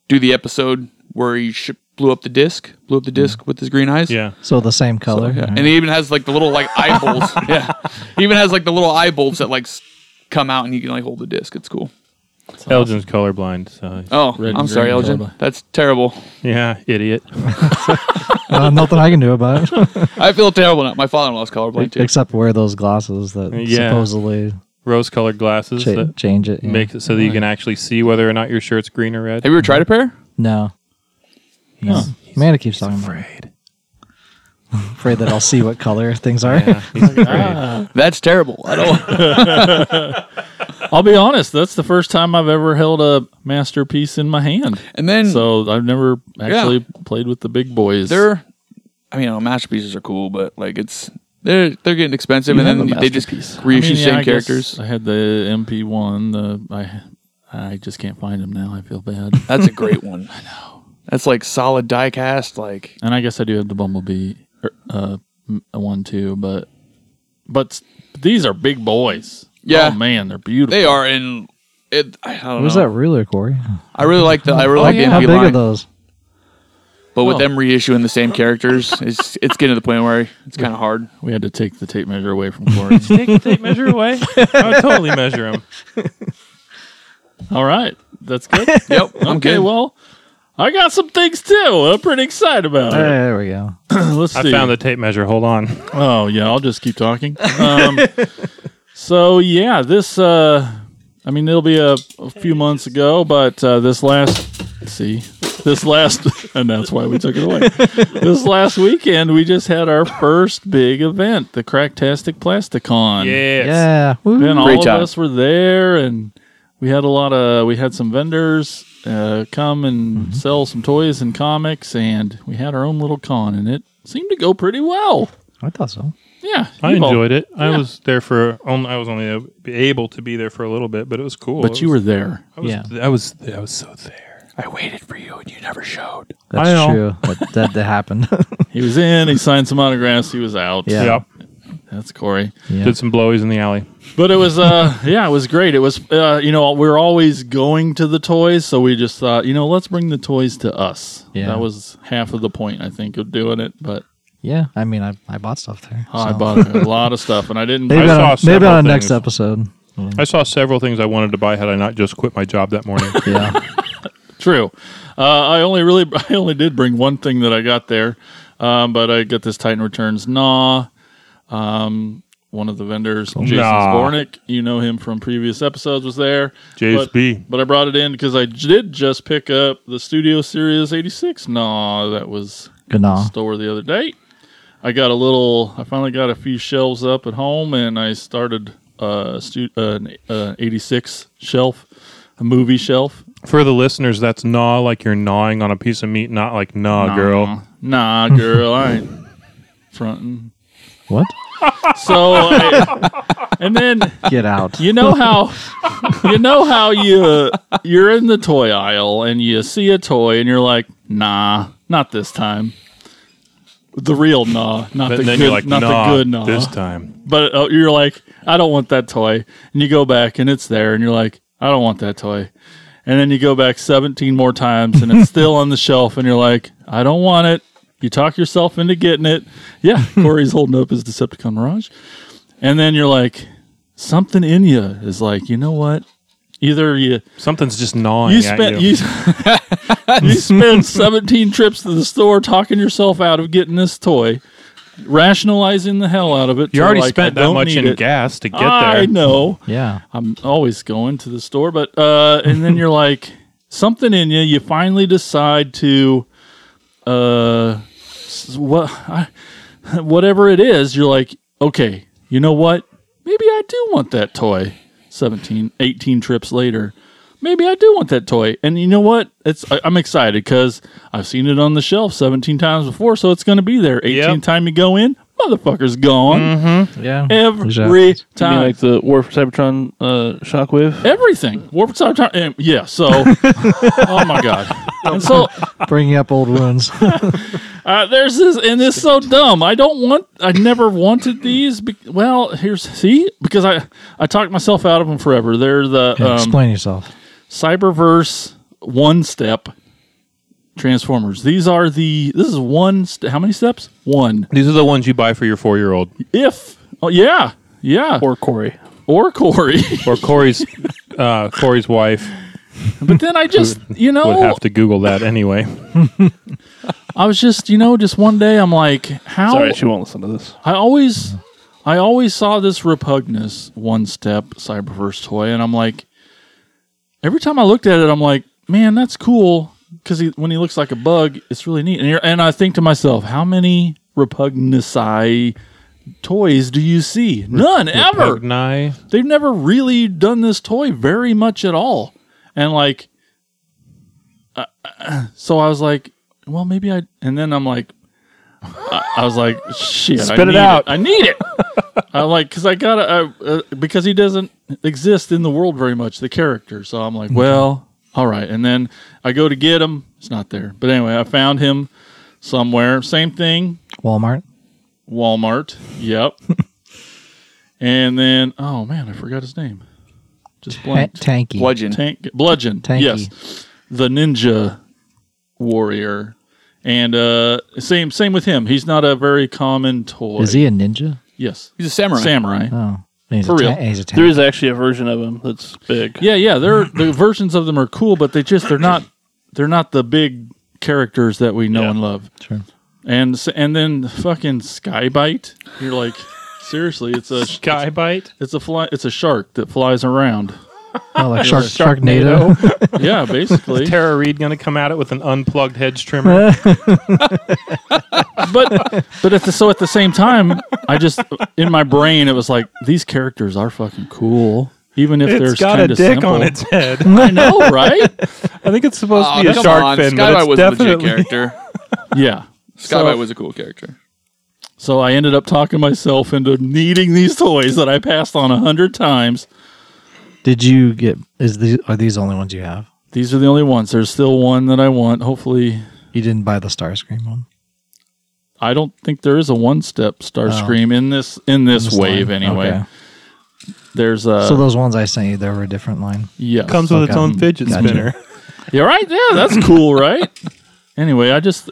[SPEAKER 4] do the episode where he sh- blew up the disc, blew up the disc with his green eyes.
[SPEAKER 5] Yeah.
[SPEAKER 3] So the same color.
[SPEAKER 4] Yeah.
[SPEAKER 3] all
[SPEAKER 4] And
[SPEAKER 3] right.
[SPEAKER 4] he even has like the little like eye bolts. yeah. He even has like the little eye bolts that like s- come out and you can like hold the disc. It's cool.
[SPEAKER 5] Elgin's colorblind. So
[SPEAKER 4] Oh,
[SPEAKER 2] Red
[SPEAKER 4] I'm
[SPEAKER 2] and
[SPEAKER 4] sorry,
[SPEAKER 2] green,
[SPEAKER 4] Elgin.
[SPEAKER 2] probably.
[SPEAKER 4] That's terrible.
[SPEAKER 5] yeah, idiot.
[SPEAKER 3] Uh, nothing I can do about it
[SPEAKER 4] I feel terrible now. My father-in-law's colorblind too.
[SPEAKER 3] except wear those glasses that
[SPEAKER 5] Yeah.
[SPEAKER 3] supposedly
[SPEAKER 5] Rose-colored glasses
[SPEAKER 3] cha-
[SPEAKER 5] that
[SPEAKER 3] change it. yeah.
[SPEAKER 5] make it so that you can actually see whether or not your shirt's green or red.
[SPEAKER 4] Have you ever tried a pair?
[SPEAKER 3] no. No. Amanda keeps talking about it.
[SPEAKER 5] afraid?
[SPEAKER 3] afraid that I'll see what color things are.
[SPEAKER 5] Yeah, he's afraid.
[SPEAKER 4] That's terrible. I don't.
[SPEAKER 2] I'll be honest, that's the first time I've ever held a masterpiece in my hand.
[SPEAKER 4] And then
[SPEAKER 2] So I've never actually played with the big boys.
[SPEAKER 4] they're, I mean, you know, masterpieces are cool, but like it's they're they're getting expensive,
[SPEAKER 6] have
[SPEAKER 4] and
[SPEAKER 6] a
[SPEAKER 4] then they just
[SPEAKER 6] masterpiece. I
[SPEAKER 2] I mean,
[SPEAKER 4] reissue
[SPEAKER 2] yeah,
[SPEAKER 4] same
[SPEAKER 2] I guess
[SPEAKER 4] characters.
[SPEAKER 2] I had the MP1. The I I just can't find them now. I feel bad.
[SPEAKER 4] That's a great one. I know. That's like solid die cast. Like
[SPEAKER 2] and I guess I do have the Bumblebee er, uh, m- one too. But but s- these are big boys.
[SPEAKER 4] Yeah.
[SPEAKER 2] Oh man, they're beautiful.
[SPEAKER 4] they are in. It, I don't
[SPEAKER 3] Where's
[SPEAKER 4] know.
[SPEAKER 3] that ruler, Corey?
[SPEAKER 4] I really like the. I really like
[SPEAKER 3] How
[SPEAKER 4] the
[SPEAKER 3] big
[SPEAKER 4] MP
[SPEAKER 3] are
[SPEAKER 4] line,
[SPEAKER 3] those?
[SPEAKER 4] but with
[SPEAKER 2] Oh.
[SPEAKER 4] them reissuing the same characters, it's it's getting to the point where it's kind of hard.
[SPEAKER 2] We had to take the tape measure away from Corey.
[SPEAKER 5] Take the tape measure away. I would totally measure him.
[SPEAKER 2] All right, that's good.
[SPEAKER 4] Yep. I'm
[SPEAKER 2] okay,
[SPEAKER 4] good.
[SPEAKER 2] well. I got some things too. I'm pretty excited about
[SPEAKER 3] Hey,
[SPEAKER 2] it.
[SPEAKER 3] there we go.
[SPEAKER 2] Let's
[SPEAKER 5] I
[SPEAKER 2] see.
[SPEAKER 5] found the tape measure. Hold on.
[SPEAKER 2] Oh yeah, I'll just keep talking. Um, so yeah, this uh, I mean it'll be a, a few months ago, but uh, this last see this last and that's why we took it away. this last weekend we just had our first big event, the Cracktastic Plasticon.
[SPEAKER 5] Yes.
[SPEAKER 3] Yeah. Woo.
[SPEAKER 2] And all
[SPEAKER 4] Great
[SPEAKER 2] of
[SPEAKER 4] time.
[SPEAKER 2] us were there, and we had a lot of we had some vendors uh, come and
[SPEAKER 5] Mm-hmm.
[SPEAKER 2] sell some toys and comics, and we had our own little con, and it seemed to go pretty well.
[SPEAKER 3] I thought so.
[SPEAKER 2] Yeah,
[SPEAKER 5] I
[SPEAKER 2] you've all-
[SPEAKER 5] enjoyed it. I
[SPEAKER 2] Yeah.
[SPEAKER 5] was there for only. I was only able to be there for a little bit, but it was cool.
[SPEAKER 2] But
[SPEAKER 5] It
[SPEAKER 2] you were
[SPEAKER 5] was-
[SPEAKER 2] there.
[SPEAKER 5] I was,
[SPEAKER 3] Yeah.
[SPEAKER 5] I was. I was so there.
[SPEAKER 4] I waited for you, and you never showed.
[SPEAKER 3] That's
[SPEAKER 5] I know.
[SPEAKER 3] true. That, that, that happened.
[SPEAKER 2] He was in, he signed some autographs, he was out.
[SPEAKER 3] Yeah.
[SPEAKER 5] Yep.
[SPEAKER 2] That's Corey.
[SPEAKER 3] yeah.
[SPEAKER 5] Did some blowies in the alley.
[SPEAKER 2] But it was uh yeah, it was great. It was uh you know, we are always going to the toys, so we just thought, you know, let's bring the toys to us.
[SPEAKER 3] Yeah.
[SPEAKER 2] That was half of the point I think of doing it, but
[SPEAKER 3] yeah. I mean, I, I bought stuff there.
[SPEAKER 2] I
[SPEAKER 3] so.
[SPEAKER 2] bought a lot of stuff and I didn't
[SPEAKER 3] Maybe,
[SPEAKER 5] I
[SPEAKER 3] on,
[SPEAKER 5] saw
[SPEAKER 3] maybe on
[SPEAKER 5] several
[SPEAKER 3] the next
[SPEAKER 5] things.
[SPEAKER 3] episode.
[SPEAKER 5] I saw several things I wanted to buy had I not just quit my job that morning.
[SPEAKER 3] Yeah.
[SPEAKER 2] True. Uh, I only really, I only did bring one thing that I got there, um, but I got this Titan Returns Gnaw. Um, one of the vendors, Jason
[SPEAKER 5] Gnaw.
[SPEAKER 2] Spornick, you know him from previous episodes, was there.
[SPEAKER 5] JSB.
[SPEAKER 2] But, but I brought it in because I j- did just pick up the Studio Series 86 Gnaw that was
[SPEAKER 3] Good now.
[SPEAKER 2] store the other day. I got a little. I finally got a few shelves up at home, and I started uh, stu- uh, an uh, 86 shelf, a movie shelf.
[SPEAKER 5] For the listeners, that's gnaw like you're gnawing on a piece of meat, not like nah, girl.
[SPEAKER 2] Nah, girl, I ain't fronting.
[SPEAKER 3] What?
[SPEAKER 2] So, I, and then
[SPEAKER 3] Get out.
[SPEAKER 2] you know how you know how you you're in the toy aisle and you see a toy and you're like, nah, not this time. The real nah, not the
[SPEAKER 5] But then
[SPEAKER 2] good,
[SPEAKER 5] you're like,
[SPEAKER 2] not
[SPEAKER 5] nah,
[SPEAKER 2] the good nah.
[SPEAKER 5] this time.
[SPEAKER 2] But uh, you're like, I don't want that toy, and you go back and it's there, and you're like, I don't want that toy. And then you go back 17 more times and it's still on the shelf, and you're like, I don't want it. You talk yourself into getting it. Yeah, Corey's holding up his Decepticon Mirage. and then you're like, something in you is like, you know what? Either you
[SPEAKER 5] Something's just gnawing
[SPEAKER 2] you
[SPEAKER 5] at
[SPEAKER 2] spent
[SPEAKER 5] you.
[SPEAKER 2] you, you spend 17 trips to the store talking yourself out of getting this toy, rationalizing the hell out of it.
[SPEAKER 5] You
[SPEAKER 2] to,
[SPEAKER 5] already
[SPEAKER 2] like,
[SPEAKER 5] spent
[SPEAKER 2] I
[SPEAKER 5] that
[SPEAKER 2] don't
[SPEAKER 5] much
[SPEAKER 2] need
[SPEAKER 5] in
[SPEAKER 2] it.
[SPEAKER 5] gas to get
[SPEAKER 2] I
[SPEAKER 5] there.
[SPEAKER 2] know.
[SPEAKER 3] Yeah.
[SPEAKER 2] I'm always going to the store, but uh, and then you're like something in you. You finally decide to, uh, s- what I, whatever it is, you're like, okay, you know what? Maybe I do want that toy. 17, 18 trips later, maybe I do want that toy. And you know what? It's I, I'm excited because I've seen it on the shelf 17 times before, so it's going to be there. 18
[SPEAKER 5] Yep.
[SPEAKER 2] time you go in, motherfucker's gone
[SPEAKER 3] Yeah.
[SPEAKER 2] every
[SPEAKER 3] Exactly.
[SPEAKER 6] Mm-hmm. You mean
[SPEAKER 2] time
[SPEAKER 6] like the War for Cybertron uh, shockwave?
[SPEAKER 2] everything. Warp Time Time. and- Yeah. So, oh my god. And so
[SPEAKER 3] Bringing up old wounds.
[SPEAKER 2] uh, there's this, and it's so dumb. I don't want. I never wanted these. Be- well, here's see because I I talked myself out of them forever. They're the
[SPEAKER 3] Yeah,
[SPEAKER 2] um,
[SPEAKER 3] explain yourself.
[SPEAKER 2] Cyberverse one step Transformers. These are the. This is one. St- how many steps? One.
[SPEAKER 5] These are the ones you buy for your four year old
[SPEAKER 2] If. Oh yeah. Yeah. Or,
[SPEAKER 6] Or Corey?
[SPEAKER 2] or Corey.
[SPEAKER 5] or Corey's uh, Corey's wife
[SPEAKER 2] but then I just you know
[SPEAKER 5] would have to Google that anyway.
[SPEAKER 2] I was just you know just one day I'm like how
[SPEAKER 6] Sorry, she won't listen to this.
[SPEAKER 2] I always I always saw this repugnance one step cyberverse toy and I'm like every time I looked at it I'm like man that's cool cuz he, when he looks like a bug it's really neat and you're, and I think to myself how many repugnancy toys do you see none ever
[SPEAKER 5] Repugni.
[SPEAKER 2] they've never really done this toy very much at all. And like, uh, so I was like, well, maybe I. And then I'm like, I, I was like, shit, I
[SPEAKER 6] Spit it
[SPEAKER 2] need
[SPEAKER 6] out.
[SPEAKER 2] I need it. I'm like, because I gotta, I, uh, because he doesn't exist in the world very much, the character. So I'm like, well, all right. And then I go to get him. It's not there. But anyway, I found him somewhere. Same thing.
[SPEAKER 3] Walmart.
[SPEAKER 2] Walmart. Yep. and then, oh man, I forgot his name. Just
[SPEAKER 3] Ta-
[SPEAKER 2] blanked.
[SPEAKER 3] tanky.
[SPEAKER 4] Bludgeon.
[SPEAKER 2] Tank, bludgeon.
[SPEAKER 3] Tanky.
[SPEAKER 2] Yes, the ninja warrior, and uh, same same with him. He's not a very common toy.
[SPEAKER 3] Is he a ninja?
[SPEAKER 2] Yes,
[SPEAKER 4] He's a samurai.
[SPEAKER 2] samurai.
[SPEAKER 3] Oh. And He's
[SPEAKER 2] For
[SPEAKER 3] a ta-
[SPEAKER 2] real.
[SPEAKER 3] and He's a tank.
[SPEAKER 6] There is actually a version of him that's big.
[SPEAKER 2] Yeah, yeah. They're the versions of them are cool, but they just they're not they're not the big characters that we know
[SPEAKER 6] Yeah.
[SPEAKER 2] and love.
[SPEAKER 3] Sure.
[SPEAKER 2] And s- and then fucking Skybite. You're like, seriously, it's a
[SPEAKER 5] Guy bite.
[SPEAKER 2] It's a fly. It's a shark that flies around.
[SPEAKER 3] Oh, like Shark Sharknado.
[SPEAKER 2] Yeah, basically.
[SPEAKER 5] Tara Reid going to come at it with an unplugged hedge trimmer.
[SPEAKER 2] but but at the, so at the same time, I just in my brain it was like these characters are fucking cool, even if they're
[SPEAKER 5] it's got a
[SPEAKER 2] kind
[SPEAKER 5] dick
[SPEAKER 2] of simple.
[SPEAKER 5] on its head.
[SPEAKER 2] I know, right?
[SPEAKER 5] I think it's supposed
[SPEAKER 4] Aw,
[SPEAKER 5] to be a
[SPEAKER 4] Oh, come
[SPEAKER 5] shark
[SPEAKER 4] on.
[SPEAKER 5] fin,
[SPEAKER 4] Skybite
[SPEAKER 5] but it's
[SPEAKER 4] was a legit
[SPEAKER 5] definitely
[SPEAKER 4] character.
[SPEAKER 2] Yeah.
[SPEAKER 4] Skybite
[SPEAKER 2] So-
[SPEAKER 4] was a cool character.
[SPEAKER 2] So I ended up talking myself into needing these toys that I passed on a hundred times.
[SPEAKER 3] Did you get? Is these are these the only ones you have?
[SPEAKER 2] These are the only ones. There's still one that I want. Hopefully,
[SPEAKER 3] You didn't buy the Starscream one.
[SPEAKER 2] I don't think there is a one-step Starscream
[SPEAKER 5] Oh.
[SPEAKER 2] in this in this,
[SPEAKER 3] This
[SPEAKER 2] wave
[SPEAKER 3] line?
[SPEAKER 2] anyway.
[SPEAKER 3] Okay.
[SPEAKER 2] There's a
[SPEAKER 3] so those ones I sent you, they were a different line.
[SPEAKER 2] yes.
[SPEAKER 5] comes with its
[SPEAKER 3] Okay.
[SPEAKER 5] own fidget
[SPEAKER 3] Gotcha.
[SPEAKER 5] spinner.
[SPEAKER 2] Yeah, right. Yeah, that's cool, right? anyway, I just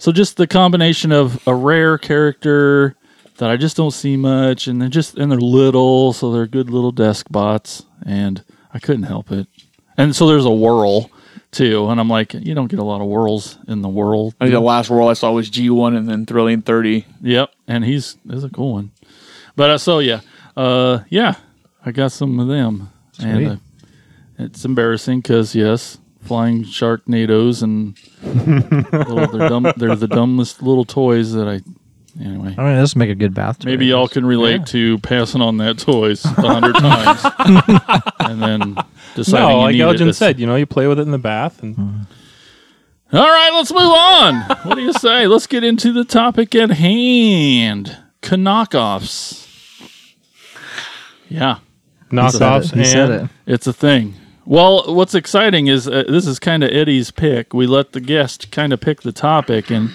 [SPEAKER 2] so just the combination of a rare character that I just don't see much, and they're just and they're little, so they're good little desk bots, and I couldn't help it. And so there's a whirl too, and I'm like, you don't get a lot of whirls in the world.
[SPEAKER 4] I think the last world I saw was G1 and then Thrilling 30.
[SPEAKER 2] Yep, and he's is a cool one. But uh, so yeah, uh, yeah, I got some of them, and uh, it's embarrassing because yes, flying shark nados and little, they're dumb, they're the dumbest little toys that I. Anyway,
[SPEAKER 3] I mean, this would make a good bath.
[SPEAKER 2] maybe y'all can relate to passing on that toys a hundred times, and then deciding.
[SPEAKER 5] No, like
[SPEAKER 2] you needed
[SPEAKER 5] Elgin
[SPEAKER 2] it.
[SPEAKER 5] said, you know, you play with it in the bath and
[SPEAKER 2] Mm. All right, let's move on. what do you say? Let's get into the topic at hand: knockoffs. Yeah.
[SPEAKER 5] knockoffs.
[SPEAKER 3] He said
[SPEAKER 5] and
[SPEAKER 3] it.
[SPEAKER 2] It's a thing. Well, what's exciting is uh, this is kind of Eddie's pick. We let the guest kind of pick the topic, and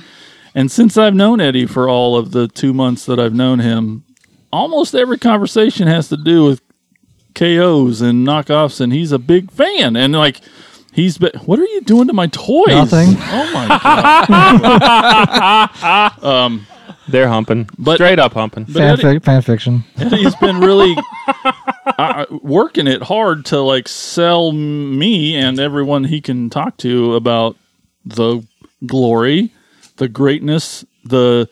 [SPEAKER 2] and since I've known Eddie for all of the two months that I've known him, almost every conversation has to do with KOs and knockoffs, and he's a big fan. And like, he's been, what are you doing to Oh my toys?
[SPEAKER 3] Nothing.
[SPEAKER 2] Oh my god. um,
[SPEAKER 5] They're humping,
[SPEAKER 2] But-
[SPEAKER 5] straight up humping.
[SPEAKER 2] But
[SPEAKER 3] fan,
[SPEAKER 2] Eddie-
[SPEAKER 3] fic- fan fiction.
[SPEAKER 2] Eddie's been really uh, working it hard to like sell me and everyone he can talk to about the glory, the greatness, the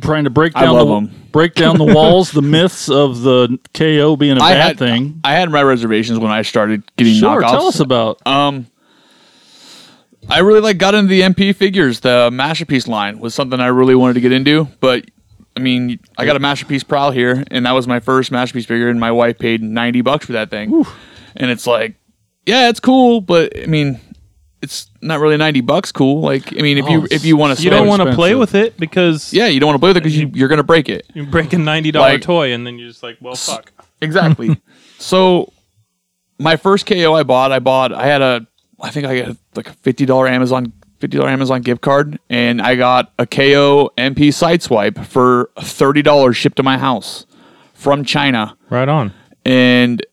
[SPEAKER 2] trying to break
[SPEAKER 4] I
[SPEAKER 2] down
[SPEAKER 4] love
[SPEAKER 2] the
[SPEAKER 4] 'em.
[SPEAKER 2] break down the walls, the myths of the KO being a
[SPEAKER 4] I
[SPEAKER 2] bad
[SPEAKER 4] had
[SPEAKER 2] thing.
[SPEAKER 4] I had my reservations when I started getting
[SPEAKER 2] Sure,
[SPEAKER 4] knockouts.
[SPEAKER 2] tell us about
[SPEAKER 4] Um, I really like got into the MP figures. The masterpiece line was something I really wanted to get into, but I mean, I got a masterpiece prowl here, and that was my first masterpiece figure, and my wife paid ninety bucks for that thing, and it's like, yeah, it's cool, but I mean, it's not really ninety bucks cool. Like, I mean, if you if you want to,
[SPEAKER 5] Oh, You don't want to
[SPEAKER 2] expensive.
[SPEAKER 5] play with it because
[SPEAKER 4] yeah, you don't want to play with it because you, you're gonna break it.
[SPEAKER 5] you break a ninety dollar
[SPEAKER 4] Like-
[SPEAKER 5] toy and then you're just like, well, fuck.
[SPEAKER 4] Exactly. so my first KO I bought, I bought I had a I think I got like a fifty dollar Amazon fifty dollar Amazon gift card and I got a KO MP sideswipe for thirty dollars shipped to my house from China.
[SPEAKER 5] Right on.
[SPEAKER 4] And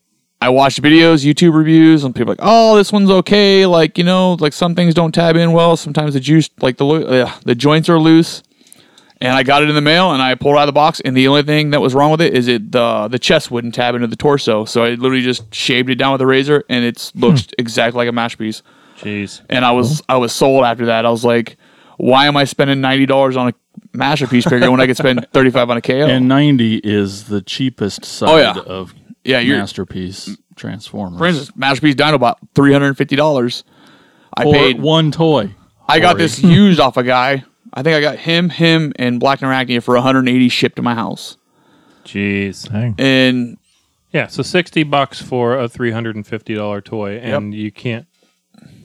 [SPEAKER 4] I watched videos, YouTube reviews, and people like, "Oh, this one's okay." Like you know, like some things don't tab in well. Sometimes the juice, like the lo- uh, the joints are loose. And I got it in the mail, and I pulled it out of the box, and the only thing that was wrong with it is it the the chest wouldn't tab into the torso. So I literally just shaved it down with a razor, and it looks exactly like a mash piece.
[SPEAKER 5] Jeez.
[SPEAKER 4] And I was I was sold after that. I was like, "Why am I spending ninety dollars on a masterpiece figure when I could spend thirty five on a KO?"
[SPEAKER 2] and ninety is the cheapest side
[SPEAKER 4] Oh, yeah.
[SPEAKER 2] of
[SPEAKER 4] yeah, you're,
[SPEAKER 2] masterpiece transformers.
[SPEAKER 4] for instance, Masterpiece Dinobot, three hundred and fifty dollars. I
[SPEAKER 2] or
[SPEAKER 4] paid.
[SPEAKER 2] one toy.
[SPEAKER 4] I got this used off a guy. I think I got him, him, and Black Narachnia for one hundred and eighty shipped to my house.
[SPEAKER 5] Jeez.
[SPEAKER 3] Dang.
[SPEAKER 4] And
[SPEAKER 5] Yeah. So sixty bucks for a three hundred and fifty dollar toy, and you can't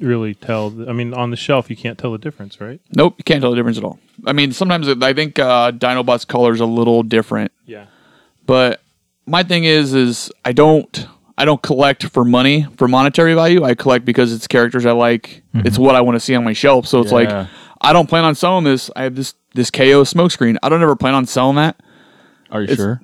[SPEAKER 5] really tell. th- I mean, on the shelf, you can't tell the difference, right?
[SPEAKER 4] nope, you can't tell the difference at all. I mean, sometimes it- I think uh, Dinobot's color is a little different,
[SPEAKER 5] Yeah.
[SPEAKER 4] but my thing is, is I don't, I don't collect for money for monetary value. I collect because it's characters I like.
[SPEAKER 3] Mm-hmm.
[SPEAKER 4] It's what I want to see on my shelf. So it's
[SPEAKER 2] Yeah.
[SPEAKER 4] like, I don't plan on selling this. I have this this KO smokescreen. I don't ever plan on selling that.
[SPEAKER 2] Are you sure?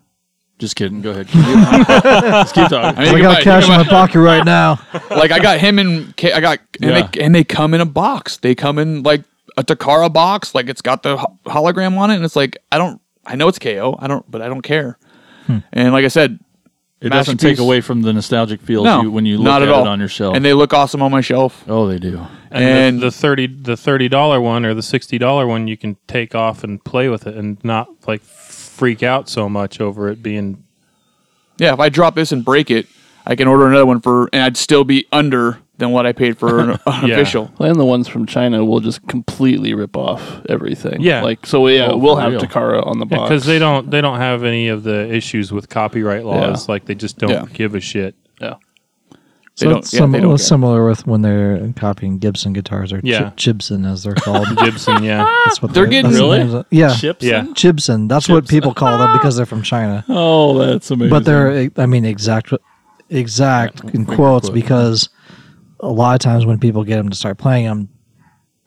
[SPEAKER 2] Just kidding. Go ahead. Just keep talking.
[SPEAKER 4] I mean,
[SPEAKER 3] I
[SPEAKER 4] you can buy-
[SPEAKER 3] got
[SPEAKER 4] you
[SPEAKER 3] cash
[SPEAKER 4] can
[SPEAKER 3] in my
[SPEAKER 4] buy-
[SPEAKER 3] pocket right now.
[SPEAKER 4] like I got him and K- I got and, they,
[SPEAKER 2] Yeah.
[SPEAKER 4] and they come in a box. They come in like a Takara box. Like it's got the ho- hologram on it, and it's like I don't. I know it's KO. I don't, but I don't care.
[SPEAKER 2] Hmm.
[SPEAKER 4] And like I said,
[SPEAKER 2] It doesn't take
[SPEAKER 4] masterpiece.
[SPEAKER 2] away from the nostalgic feels
[SPEAKER 4] no,
[SPEAKER 2] you, when you look
[SPEAKER 4] not
[SPEAKER 2] at,
[SPEAKER 4] at, all
[SPEAKER 2] it on your shelf.
[SPEAKER 4] and they look awesome on my shelf.
[SPEAKER 2] oh, they do.
[SPEAKER 5] And,
[SPEAKER 4] And-
[SPEAKER 5] the, the thirty the thirty dollar one or the sixty dollar one, you can take off and play with it and not like freak out so much over it being.
[SPEAKER 4] Yeah, if I drop this and break it, I can order another one for, and I'd still be under than what I paid for an, an
[SPEAKER 5] Yeah.
[SPEAKER 4] official.
[SPEAKER 6] And the ones from China will just completely rip off everything.
[SPEAKER 5] Yeah.
[SPEAKER 6] Like so, yeah,
[SPEAKER 2] Oh,
[SPEAKER 6] we'll
[SPEAKER 2] for
[SPEAKER 6] have
[SPEAKER 2] real.
[SPEAKER 6] Takara on the box
[SPEAKER 5] Because they don't they don't have any of the issues with copyright laws.
[SPEAKER 6] Yeah.
[SPEAKER 5] Like they just don't
[SPEAKER 4] Yeah.
[SPEAKER 5] give a shit.
[SPEAKER 6] Yeah.
[SPEAKER 4] They
[SPEAKER 3] So
[SPEAKER 4] don't-
[SPEAKER 3] it's
[SPEAKER 4] yeah, they
[SPEAKER 3] sim-
[SPEAKER 4] don't care.
[SPEAKER 3] similar with when they're copying Gibson guitars or
[SPEAKER 5] Yeah.
[SPEAKER 3] Gi- Gibson as they're called.
[SPEAKER 5] Gibson, yeah.
[SPEAKER 3] That's what
[SPEAKER 4] They're
[SPEAKER 3] they-
[SPEAKER 4] getting-
[SPEAKER 3] that's the
[SPEAKER 2] Really?
[SPEAKER 3] names of- Yeah.
[SPEAKER 2] Chips?
[SPEAKER 5] Yeah.
[SPEAKER 3] Gibson. That's what people call them because they're from China.
[SPEAKER 2] Oh, that's amazing.
[SPEAKER 3] But they're, I mean, exact, exact in quotes
[SPEAKER 2] quote.
[SPEAKER 3] because a lot of times when people get them to start playing them,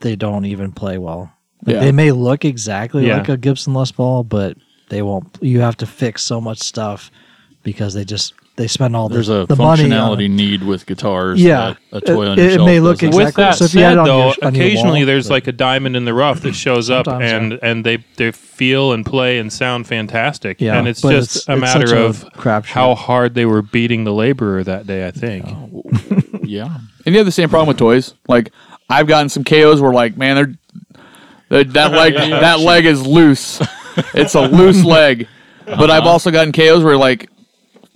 [SPEAKER 3] they don't even play well. Like,
[SPEAKER 4] Yeah.
[SPEAKER 3] They may look exactly
[SPEAKER 5] Yeah.
[SPEAKER 3] like a Gibson Les Paul, but they won't. You have to fix so much stuff because they just they spend all
[SPEAKER 2] there's
[SPEAKER 3] the,
[SPEAKER 2] a
[SPEAKER 3] the money on
[SPEAKER 2] functionality need with guitars.
[SPEAKER 3] Yeah.
[SPEAKER 2] that a toy
[SPEAKER 3] It-
[SPEAKER 2] on your
[SPEAKER 3] it
[SPEAKER 2] shelf
[SPEAKER 3] may look
[SPEAKER 2] doesn't.
[SPEAKER 3] exact- Exactly.
[SPEAKER 5] With that
[SPEAKER 3] So if you
[SPEAKER 5] said,
[SPEAKER 3] had it on
[SPEAKER 5] though,
[SPEAKER 3] your- on your
[SPEAKER 5] occasionally
[SPEAKER 3] wall,
[SPEAKER 5] there's
[SPEAKER 3] but-
[SPEAKER 5] like a diamond in the rough that shows up,
[SPEAKER 3] Sometimes,
[SPEAKER 5] and and they they feel and play and sound fantastic.
[SPEAKER 3] Yeah,
[SPEAKER 5] and it's
[SPEAKER 3] but
[SPEAKER 5] just
[SPEAKER 3] it's-
[SPEAKER 5] a
[SPEAKER 3] it's
[SPEAKER 5] matter
[SPEAKER 3] such a
[SPEAKER 5] of
[SPEAKER 3] crapshoot.
[SPEAKER 5] how hard they were beating the laborer that day. I think.
[SPEAKER 2] yeah.
[SPEAKER 4] And you have the same problem with toys. Like I've gotten some KOs where like, man, they're, they're that leg that leg is loose. It's a loose leg. But I've also gotten KOs where like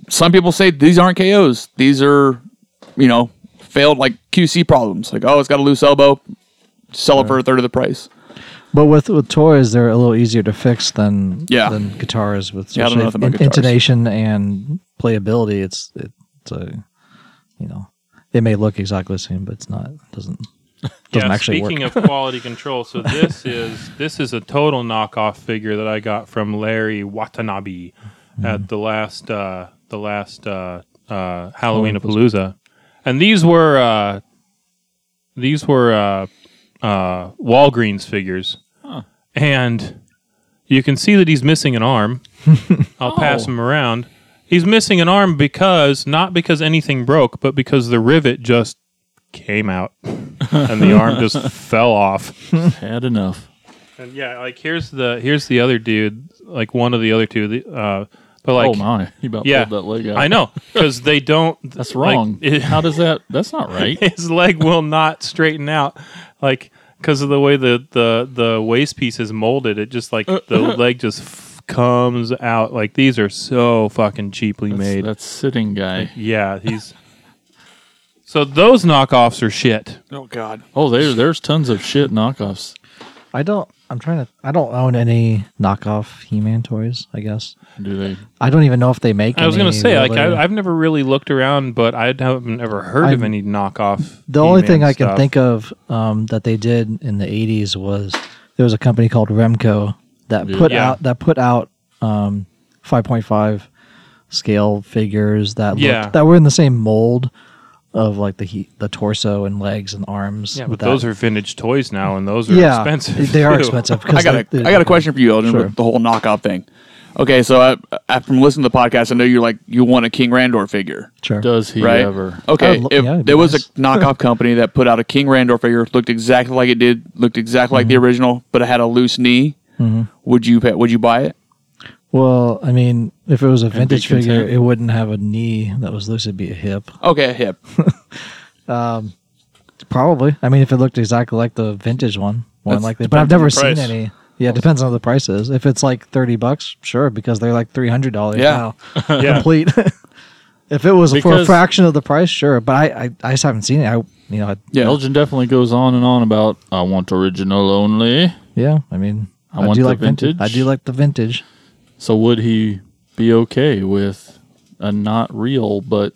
[SPEAKER 4] some people say these aren't KOs. These are, you know, failed like QC problems. Like, oh, it's got a loose elbow. Sell it for a third of the price.
[SPEAKER 3] But with, with toys, they're a little easier to fix than
[SPEAKER 4] Yeah.
[SPEAKER 3] than guitars with
[SPEAKER 4] Yeah, I don't know
[SPEAKER 3] especially
[SPEAKER 4] nothing about
[SPEAKER 3] in-
[SPEAKER 4] guitars.
[SPEAKER 3] intonation and playability. It's it's a you know it may look exactly the same, but it's not. It doesn't doesn't actually work.
[SPEAKER 5] speaking of quality control, so this is this is a total knockoff figure that I got from Larry Watanabe
[SPEAKER 3] Hmm.
[SPEAKER 5] at the last uh, the last uh, uh, Halloween
[SPEAKER 3] Oh,
[SPEAKER 5] Palooza, and these were uh, these were uh, uh, Walgreens figures, and you can see that he's missing an arm. I'll pass
[SPEAKER 3] Oh.
[SPEAKER 5] him around. He's missing an arm because not because anything broke, but because the rivet just came out and the arm just fell off.
[SPEAKER 2] Had enough.
[SPEAKER 5] And yeah, like here's the here's the other dude, like one of the other two. The, uh, but like
[SPEAKER 2] oh my, he about
[SPEAKER 5] Yeah.
[SPEAKER 2] pulled that leg out.
[SPEAKER 5] I know because they don't.
[SPEAKER 2] that's
[SPEAKER 5] like,
[SPEAKER 2] wrong.
[SPEAKER 5] it-
[SPEAKER 2] How does that? That's not right.
[SPEAKER 5] his leg will not straighten out, like because of the way the the the waist piece is molded. It just like the leg just f- comes out. Like these are so fucking cheaply
[SPEAKER 2] That's,
[SPEAKER 5] made.
[SPEAKER 2] that's sitting guy.
[SPEAKER 5] yeah, he's. So those knockoffs are shit.
[SPEAKER 4] Oh God.
[SPEAKER 2] Oh, there, there's tons of shit knockoffs.
[SPEAKER 3] I don't. I'm trying to. I don't own any knockoff He-Man toys. I guess
[SPEAKER 2] Do they?
[SPEAKER 3] I don't even know if they make.
[SPEAKER 5] I was gonna
[SPEAKER 3] any
[SPEAKER 5] say, like,
[SPEAKER 3] really.
[SPEAKER 5] I, I've never really looked around, but I haven't ever heard of
[SPEAKER 3] I've-
[SPEAKER 5] any knockoff.
[SPEAKER 3] the only thing I can
[SPEAKER 5] think
[SPEAKER 3] think of um, that they did in the '80s was there was a company called Remco that put
[SPEAKER 5] Mm, Yeah.
[SPEAKER 3] out that put out um, 5.5 scale figures that looked,
[SPEAKER 5] Yeah.
[SPEAKER 3] that were in the same mold of like the he, the torso and legs and arms.
[SPEAKER 5] Yeah,
[SPEAKER 3] with
[SPEAKER 5] but
[SPEAKER 3] that-
[SPEAKER 5] those are vintage toys now, and those are
[SPEAKER 3] yeah,
[SPEAKER 5] expensive.
[SPEAKER 3] They are
[SPEAKER 5] too.
[SPEAKER 3] expensive. 'cause
[SPEAKER 4] I got a,
[SPEAKER 3] they-
[SPEAKER 4] I got a question for you, Eldon,
[SPEAKER 3] Sure.
[SPEAKER 4] with the whole knockoff thing. Okay, so I, I, from listening to the podcast, I know you're like you want a King Randor figure,
[SPEAKER 3] Sure.
[SPEAKER 2] Does he
[SPEAKER 4] right?
[SPEAKER 2] ever?
[SPEAKER 4] Okay,
[SPEAKER 3] Oh, lo-
[SPEAKER 4] if
[SPEAKER 3] yeah, it'd be
[SPEAKER 4] there was
[SPEAKER 3] nice.
[SPEAKER 4] a knockoff company that put out a King Randor figure, looked exactly like it did, looked exactly like the
[SPEAKER 3] Mm-hmm.
[SPEAKER 4] original, but it had a loose knee, would you pa- would you buy it?
[SPEAKER 3] Well, I mean, if it was a vintage figure,
[SPEAKER 2] content.
[SPEAKER 3] it wouldn't have a knee that was loose. It'd be a hip,
[SPEAKER 4] Okay, hip.
[SPEAKER 3] probably. I mean, if it looked exactly like the vintage one, one
[SPEAKER 4] That's-
[SPEAKER 3] like that. But I've never
[SPEAKER 6] depends on
[SPEAKER 3] seen
[SPEAKER 6] the price.
[SPEAKER 3] any. Yeah, it depends on what the price is. If it's like thirty bucks, sure, because they're like three hundred dollars
[SPEAKER 4] Yeah.
[SPEAKER 3] now,
[SPEAKER 5] Yeah.
[SPEAKER 3] complete. if it was for a
[SPEAKER 2] Because-
[SPEAKER 3] fraction of the price, sure. But I, I, I just haven't seen it. I, you know, I,
[SPEAKER 4] Yeah.
[SPEAKER 2] Elgin definitely goes on and on about I want original only.
[SPEAKER 3] yeah. I mean,
[SPEAKER 2] I want
[SPEAKER 3] do
[SPEAKER 2] the
[SPEAKER 3] like
[SPEAKER 2] vintage.
[SPEAKER 3] I do like the vintage.
[SPEAKER 2] So would he be okay with a not real but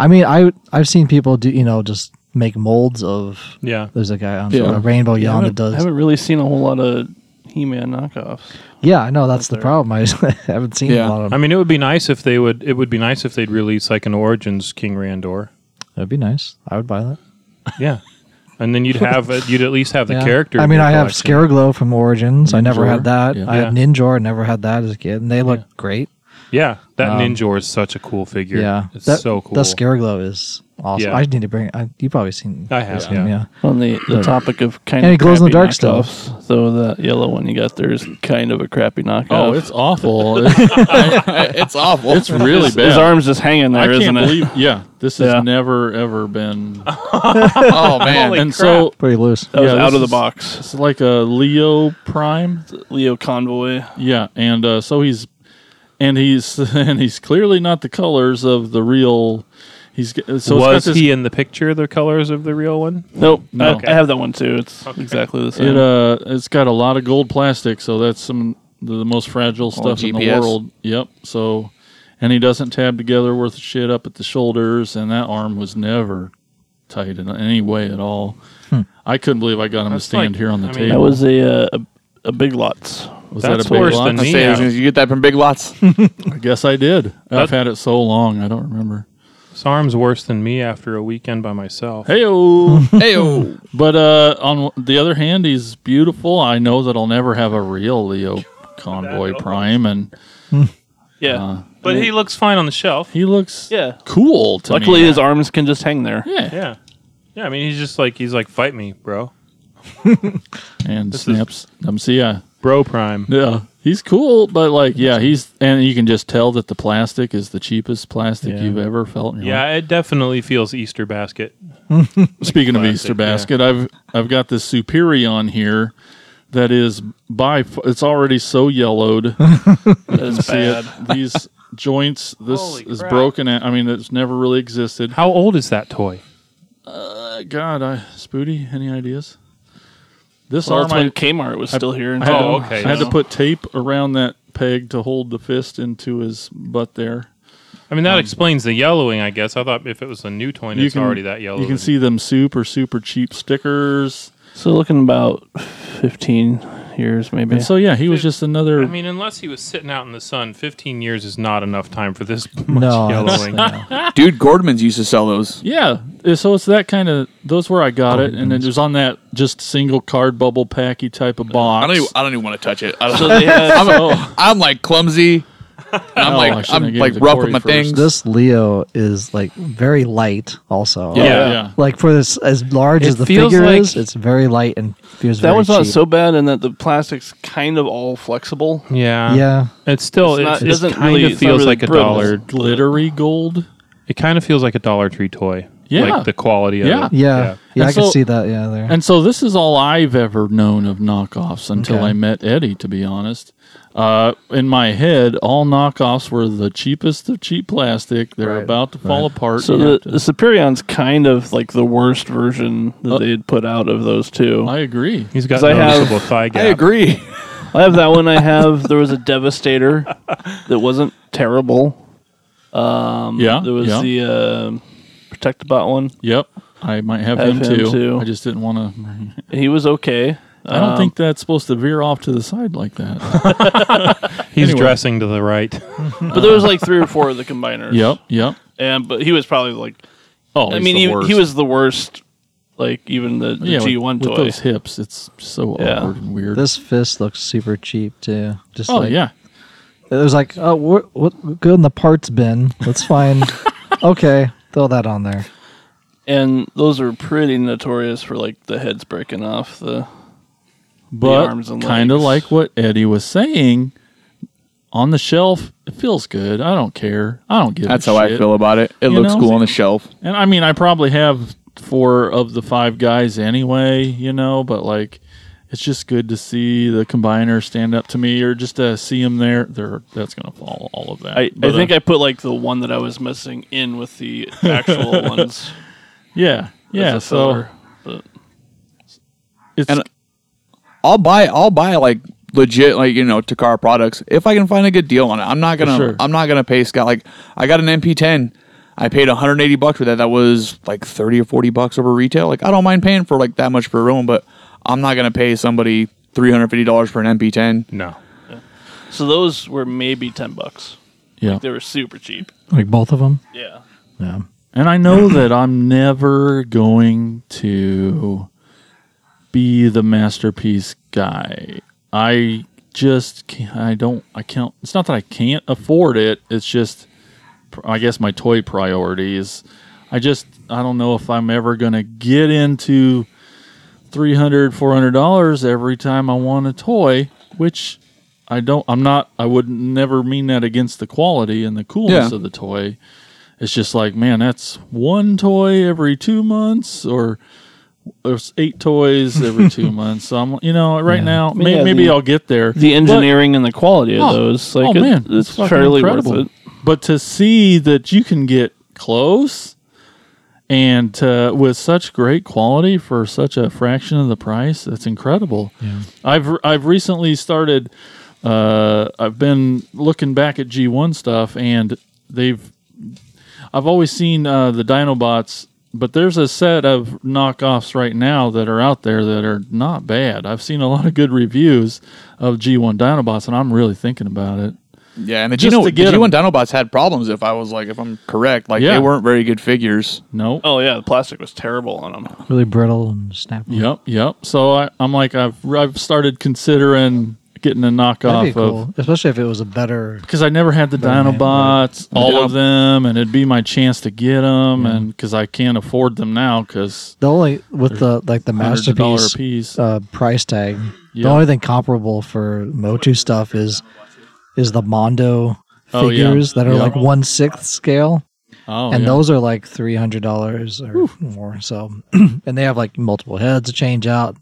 [SPEAKER 3] I mean, I, I've seen people do, you know, just make molds of.
[SPEAKER 5] Yeah.
[SPEAKER 3] There's a guy on
[SPEAKER 2] Yeah.
[SPEAKER 3] a Rainbow
[SPEAKER 6] I
[SPEAKER 3] Yawn that
[SPEAKER 6] haven't, I
[SPEAKER 3] does
[SPEAKER 6] haven't really seen a whole lot of He-Man knockoffs.
[SPEAKER 3] Yeah, I know that's the problem. I haven't seen
[SPEAKER 4] Yeah.
[SPEAKER 3] a lot of
[SPEAKER 5] I
[SPEAKER 3] them.
[SPEAKER 5] mean, it would be nice if they would. It would be nice if they'd release like an Origins King Randor.
[SPEAKER 3] That'd be nice. I would buy that.
[SPEAKER 5] Yeah, and then you'd have a, you'd at least have the
[SPEAKER 3] Yeah.
[SPEAKER 5] character.
[SPEAKER 3] I
[SPEAKER 5] in
[SPEAKER 3] mean,
[SPEAKER 5] your
[SPEAKER 3] I have
[SPEAKER 5] collection.
[SPEAKER 3] Scareglow from Origins. I never
[SPEAKER 2] Ninjor,
[SPEAKER 3] had that.
[SPEAKER 2] yeah.
[SPEAKER 3] I had
[SPEAKER 5] Yeah.
[SPEAKER 3] Ninjor. I never had that as a kid, and they look great.
[SPEAKER 5] Yeah, that
[SPEAKER 3] Um,
[SPEAKER 5] Ninja is such a cool figure.
[SPEAKER 3] yeah,
[SPEAKER 5] it's
[SPEAKER 3] that,
[SPEAKER 5] so cool.
[SPEAKER 3] That Scareglow is awesome.
[SPEAKER 5] Yeah.
[SPEAKER 3] I need to bring. I, you probably seen.
[SPEAKER 5] I have,
[SPEAKER 3] some,
[SPEAKER 5] yeah.
[SPEAKER 6] On the, the topic of kind
[SPEAKER 3] And
[SPEAKER 6] of
[SPEAKER 3] it glows in the
[SPEAKER 6] crappy
[SPEAKER 3] dark stuff.
[SPEAKER 6] knockoffs, So that yellow one you got there is kind of a crappy knockoff.
[SPEAKER 2] Oh, it's awful. It-
[SPEAKER 4] it's awful.
[SPEAKER 2] it's really
[SPEAKER 6] his,
[SPEAKER 2] bad.
[SPEAKER 6] his arm's just hanging
[SPEAKER 2] I
[SPEAKER 6] there,
[SPEAKER 2] can't
[SPEAKER 6] isn't
[SPEAKER 2] believe
[SPEAKER 6] it?
[SPEAKER 2] yeah, this has
[SPEAKER 6] Yeah.
[SPEAKER 2] never ever been
[SPEAKER 4] oh man.
[SPEAKER 2] and so
[SPEAKER 3] pretty loose.
[SPEAKER 5] Oh,
[SPEAKER 6] That was
[SPEAKER 2] Yeah, this
[SPEAKER 6] out of the
[SPEAKER 2] is-
[SPEAKER 6] box.
[SPEAKER 2] it's like a Leo Prime.
[SPEAKER 6] Leo Convoy.
[SPEAKER 2] Yeah, and uh, so he's and he's and he's clearly not the colors of the real he's g- so it's got
[SPEAKER 5] was
[SPEAKER 2] this-
[SPEAKER 5] he in the picture? The colors of the real one.
[SPEAKER 6] Nope. I,
[SPEAKER 2] No.
[SPEAKER 6] I have that one too. It's exactly the same.
[SPEAKER 2] It uh, it's got a lot of gold plastic, so that's some the, the most
[SPEAKER 6] Oh,
[SPEAKER 2] fragile stuff in the
[SPEAKER 4] GPS.
[SPEAKER 2] world. Yep. So, and he doesn't tab together worth of shit up at the shoulders, and that arm was never tight in any way at all. I couldn't believe I got him
[SPEAKER 5] That's
[SPEAKER 2] to stand
[SPEAKER 5] like-
[SPEAKER 2] here on the
[SPEAKER 5] I mean,
[SPEAKER 2] table.
[SPEAKER 6] Hmm. that was a, uh, a a big lots.
[SPEAKER 2] was that
[SPEAKER 5] That's
[SPEAKER 2] a big
[SPEAKER 5] worse
[SPEAKER 2] lot?
[SPEAKER 5] than
[SPEAKER 4] I
[SPEAKER 5] me.
[SPEAKER 4] say,
[SPEAKER 5] Yeah.
[SPEAKER 4] you get that from Big Lots.
[SPEAKER 2] I guess I did. I've had it so long, I don't remember.
[SPEAKER 5] His arm's worse than me after a weekend by myself.
[SPEAKER 2] Hey,
[SPEAKER 4] hey, oh.
[SPEAKER 2] but uh, on the other hand, he's beautiful. I know that I'll never have a real Leo Convoy Prime, and
[SPEAKER 6] Yeah.
[SPEAKER 3] Uh,
[SPEAKER 5] but he looks fine on the shelf.
[SPEAKER 2] he looks
[SPEAKER 6] yeah.
[SPEAKER 2] cool to
[SPEAKER 6] Luckily,
[SPEAKER 2] me.
[SPEAKER 6] his arms can just hang there.
[SPEAKER 2] yeah.
[SPEAKER 5] Yeah, yeah. I mean, he's just like he's like fight me, bro,
[SPEAKER 2] and
[SPEAKER 5] is-
[SPEAKER 2] snaps them. So yeah,
[SPEAKER 5] bro prime.
[SPEAKER 2] yeah, he's cool, but like, yeah, he's and you can just tell that the plastic is the cheapest plastic
[SPEAKER 5] Yeah.
[SPEAKER 2] you've ever felt. In your life.
[SPEAKER 5] Yeah, it definitely feels Easter basket.
[SPEAKER 2] Speaking of
[SPEAKER 5] plastic,
[SPEAKER 2] Easter
[SPEAKER 5] yeah.
[SPEAKER 2] basket, I've I've got this Superion here that is by f- it's already so yellowed.
[SPEAKER 6] That is bad.
[SPEAKER 2] These joints, this
[SPEAKER 5] Holy
[SPEAKER 2] is
[SPEAKER 5] crap.
[SPEAKER 2] broken. At, I mean, it's never really existed.
[SPEAKER 5] How old is that toy?
[SPEAKER 2] Uh, God, I Spoody, any ideas? This
[SPEAKER 6] Well,
[SPEAKER 2] arm,
[SPEAKER 6] that's
[SPEAKER 2] I,
[SPEAKER 6] when Kmart was still here. And
[SPEAKER 2] I had,
[SPEAKER 5] Oh,
[SPEAKER 2] to,
[SPEAKER 5] okay.
[SPEAKER 2] I had to
[SPEAKER 5] So-
[SPEAKER 2] put tape around that peg to hold the fist into his butt there.
[SPEAKER 5] I mean, that explains the yellowing, I guess. I thought if it was a new toy, and it's already that yellow.
[SPEAKER 2] Um, You can see them super, super cheap stickers.
[SPEAKER 6] So looking about fifteen years, maybe.
[SPEAKER 2] And so, yeah, he was just another.
[SPEAKER 5] I mean, unless he was sitting out in the sun, 15 years is not enough time for this much
[SPEAKER 3] No, that's-
[SPEAKER 5] yellowing.
[SPEAKER 3] yeah.
[SPEAKER 4] dude, Gordman's used to sell those.
[SPEAKER 2] yeah, uh, so it's that kind of. Those where I got it, and it was on that just single card bubble packy type of box.
[SPEAKER 4] I don't. Even, I don't even want to touch it. I don't,
[SPEAKER 6] So they had,
[SPEAKER 4] I'm, I'm like clumsy. And I'm
[SPEAKER 2] Oh, I
[SPEAKER 4] like,
[SPEAKER 2] shouldn't have
[SPEAKER 4] I'm
[SPEAKER 2] gave
[SPEAKER 4] like
[SPEAKER 2] it to
[SPEAKER 4] rough
[SPEAKER 2] Corey
[SPEAKER 4] with my
[SPEAKER 2] first.
[SPEAKER 4] things.
[SPEAKER 3] This Leo is like very light, also.
[SPEAKER 5] Yeah.
[SPEAKER 3] Like for this, as large
[SPEAKER 5] It
[SPEAKER 3] as the
[SPEAKER 5] feels
[SPEAKER 3] figure
[SPEAKER 5] like-
[SPEAKER 3] is, it's very light and feels
[SPEAKER 6] That
[SPEAKER 3] very
[SPEAKER 6] one's not
[SPEAKER 3] cheap.
[SPEAKER 6] so bad in that the plastic's kind of all flexible.
[SPEAKER 5] Yeah.
[SPEAKER 3] Yeah,
[SPEAKER 5] It's still
[SPEAKER 6] It's not-
[SPEAKER 5] it,
[SPEAKER 6] it doesn't
[SPEAKER 5] kind
[SPEAKER 6] really-
[SPEAKER 5] of
[SPEAKER 6] it's not
[SPEAKER 5] feels
[SPEAKER 6] really
[SPEAKER 5] like a
[SPEAKER 6] brittle.
[SPEAKER 5] dollar.
[SPEAKER 2] glittery gold.
[SPEAKER 5] It kind of feels like a Dollar Tree toy.
[SPEAKER 2] Yeah.
[SPEAKER 5] Like the quality of
[SPEAKER 2] Yeah.
[SPEAKER 5] it.
[SPEAKER 3] yeah, yeah.
[SPEAKER 2] And
[SPEAKER 3] I can
[SPEAKER 2] so-
[SPEAKER 3] see that. Yeah, there.
[SPEAKER 2] And so this is all I've ever known of knockoffs until
[SPEAKER 3] Okay.
[SPEAKER 2] I met Eddie, to be honest. Uh, in my head, all knockoffs were the cheapest of cheap plastic. They're
[SPEAKER 3] Right.
[SPEAKER 2] about to fall apart.
[SPEAKER 6] So
[SPEAKER 2] You
[SPEAKER 6] the,
[SPEAKER 2] have to-
[SPEAKER 6] the Superion's kind of like the worst version that
[SPEAKER 2] Uh,
[SPEAKER 6] they had put out of those two.
[SPEAKER 2] I agree.
[SPEAKER 5] He's got
[SPEAKER 6] 'Cause I have-
[SPEAKER 5] noticeable thigh gap.
[SPEAKER 4] I agree.
[SPEAKER 6] I have that one. I have there was a Devastator that wasn't terrible.
[SPEAKER 2] yeah.
[SPEAKER 6] There was
[SPEAKER 2] yeah.
[SPEAKER 6] the um Protect the Bot one.
[SPEAKER 2] yep. I might have,
[SPEAKER 6] Have
[SPEAKER 2] him,
[SPEAKER 6] him
[SPEAKER 2] too.
[SPEAKER 6] too.
[SPEAKER 2] I just didn't want to.
[SPEAKER 6] He was okay.
[SPEAKER 2] I
[SPEAKER 6] Um,
[SPEAKER 2] don't think that's supposed to veer off to the side like that.
[SPEAKER 5] He's
[SPEAKER 2] Anyway.
[SPEAKER 5] dressing to the right.
[SPEAKER 6] but there was like three or four of the combiners.
[SPEAKER 2] Uh-huh. yep. Yep.
[SPEAKER 6] And but he was probably like
[SPEAKER 2] Oh,
[SPEAKER 6] I
[SPEAKER 2] he's
[SPEAKER 6] mean
[SPEAKER 2] the
[SPEAKER 6] he,
[SPEAKER 2] worst.
[SPEAKER 6] he was the worst. Like even the, the
[SPEAKER 2] yeah, with-
[SPEAKER 6] G1
[SPEAKER 2] with,
[SPEAKER 6] toy.
[SPEAKER 2] those hips. It's so
[SPEAKER 6] Yeah.
[SPEAKER 2] awkward and weird.
[SPEAKER 3] this fist looks super cheap too. Just
[SPEAKER 2] oh
[SPEAKER 3] like,
[SPEAKER 2] yeah.
[SPEAKER 3] It was like, oh, what, what? Go in the parts bin. Let's find. okay, throw that on there.
[SPEAKER 6] and those are pretty notorious for like the heads breaking off the
[SPEAKER 2] but
[SPEAKER 6] arms and
[SPEAKER 2] kind of
[SPEAKER 6] legs.
[SPEAKER 2] like what Eddie was saying, on the shelf, it feels good. I don't care. I don't give.
[SPEAKER 4] That's
[SPEAKER 2] a
[SPEAKER 4] how I
[SPEAKER 2] shit.
[SPEAKER 4] feel about it. It
[SPEAKER 2] You
[SPEAKER 4] looks
[SPEAKER 2] know?
[SPEAKER 4] cool on the shelf.
[SPEAKER 2] And I mean, I probably have four of the five guys anyway, you know. But like, it's just good to see the combiner stand up to me, or just to see him there. There, that's gonna fall all of that.
[SPEAKER 6] I, I
[SPEAKER 2] But,
[SPEAKER 6] think
[SPEAKER 2] uh,
[SPEAKER 6] I put like the one that I was missing in with the actual ones.
[SPEAKER 2] yeah,
[SPEAKER 6] as
[SPEAKER 2] yeah.
[SPEAKER 6] a
[SPEAKER 2] So
[SPEAKER 6] filler, but
[SPEAKER 2] it's
[SPEAKER 4] And I'll buy I'll buy like legit like you know Takara products if I can find a good deal on it. I'm not gonna
[SPEAKER 2] sure.
[SPEAKER 4] I'm not gonna pay Scott like I got an MP10. I paid 180 bucks for that. That was like 30 or 40 bucks over retail. Like I don't mind paying for like that much for a room, but I'm not gonna pay somebody 350 dollars for an MP10.
[SPEAKER 5] No.
[SPEAKER 6] so those were maybe ten bucks.
[SPEAKER 2] yeah.
[SPEAKER 6] They were super cheap.
[SPEAKER 3] Like both of them.
[SPEAKER 6] Yeah.
[SPEAKER 3] Yeah.
[SPEAKER 2] And I know that I'm never going to be the masterpiece guy. I just can't, I don't I can't it's not that I can't afford it. It's just I guess my toy priority is I just I don't know if I'm ever going to get into 300 $400 every time I want a toy, which I don't I'm not I would never mean that against the quality and the coolness
[SPEAKER 4] Yeah.
[SPEAKER 2] of the toy it's just like man that's one toy every two months or there's eight toys every two months so i'm you know right now may,
[SPEAKER 6] Yeah,
[SPEAKER 2] maybe
[SPEAKER 6] the-
[SPEAKER 2] i'll get there
[SPEAKER 6] The
[SPEAKER 2] engineering.
[SPEAKER 6] engineering and the quality of
[SPEAKER 2] Oh,
[SPEAKER 6] those, like,
[SPEAKER 2] oh
[SPEAKER 6] it-
[SPEAKER 2] man,
[SPEAKER 6] it's,
[SPEAKER 2] fucking
[SPEAKER 6] fairly
[SPEAKER 2] incredible.
[SPEAKER 6] worth it.
[SPEAKER 2] But to see that you can get close and uh, with such great quality for such a fraction of the price, that's incredible. I've I've recently started. Uh, I've been looking back at G1 stuff, and they've. I've always seen uh, the Dinobots, but there's a set of knockoffs right now that are out there that are not bad. I've seen a lot of good reviews of G1 Dinobots, and I'm really thinking about it.
[SPEAKER 4] Yeah, and the
[SPEAKER 2] Just
[SPEAKER 4] G1
[SPEAKER 2] to get
[SPEAKER 4] the G1 Dinobots had problems. If I was like if I'm correct, like
[SPEAKER 2] Yeah.
[SPEAKER 4] they weren't very good figures.
[SPEAKER 2] No.
[SPEAKER 6] Oh yeah, the plastic was terrible on them.
[SPEAKER 3] Really brittle and snappy.
[SPEAKER 2] Yep, yep. So I, I'm like I've I've started considering getting a knockoff
[SPEAKER 3] That'd be
[SPEAKER 2] of
[SPEAKER 3] cool, especially if it was a better.
[SPEAKER 2] because I never had the
[SPEAKER 3] Better name,
[SPEAKER 2] Dinobots, all
[SPEAKER 4] Yeah.
[SPEAKER 2] of them, and it'd be my chance to get them, and because I can't afford them now because
[SPEAKER 3] The only with the like the
[SPEAKER 2] hundred dollar
[SPEAKER 3] masterpiece
[SPEAKER 2] piece.
[SPEAKER 3] uh, price tag. The
[SPEAKER 2] Yeah.
[SPEAKER 3] only thing comparable for Motu stuff is is the Mondo
[SPEAKER 2] Oh, yeah.
[SPEAKER 3] figures that are
[SPEAKER 2] Yeah.
[SPEAKER 3] like one sixth scale,
[SPEAKER 2] oh,
[SPEAKER 3] and
[SPEAKER 2] yeah.
[SPEAKER 3] those are like three hundred dollars or more. So, and they have like multiple heads to change out,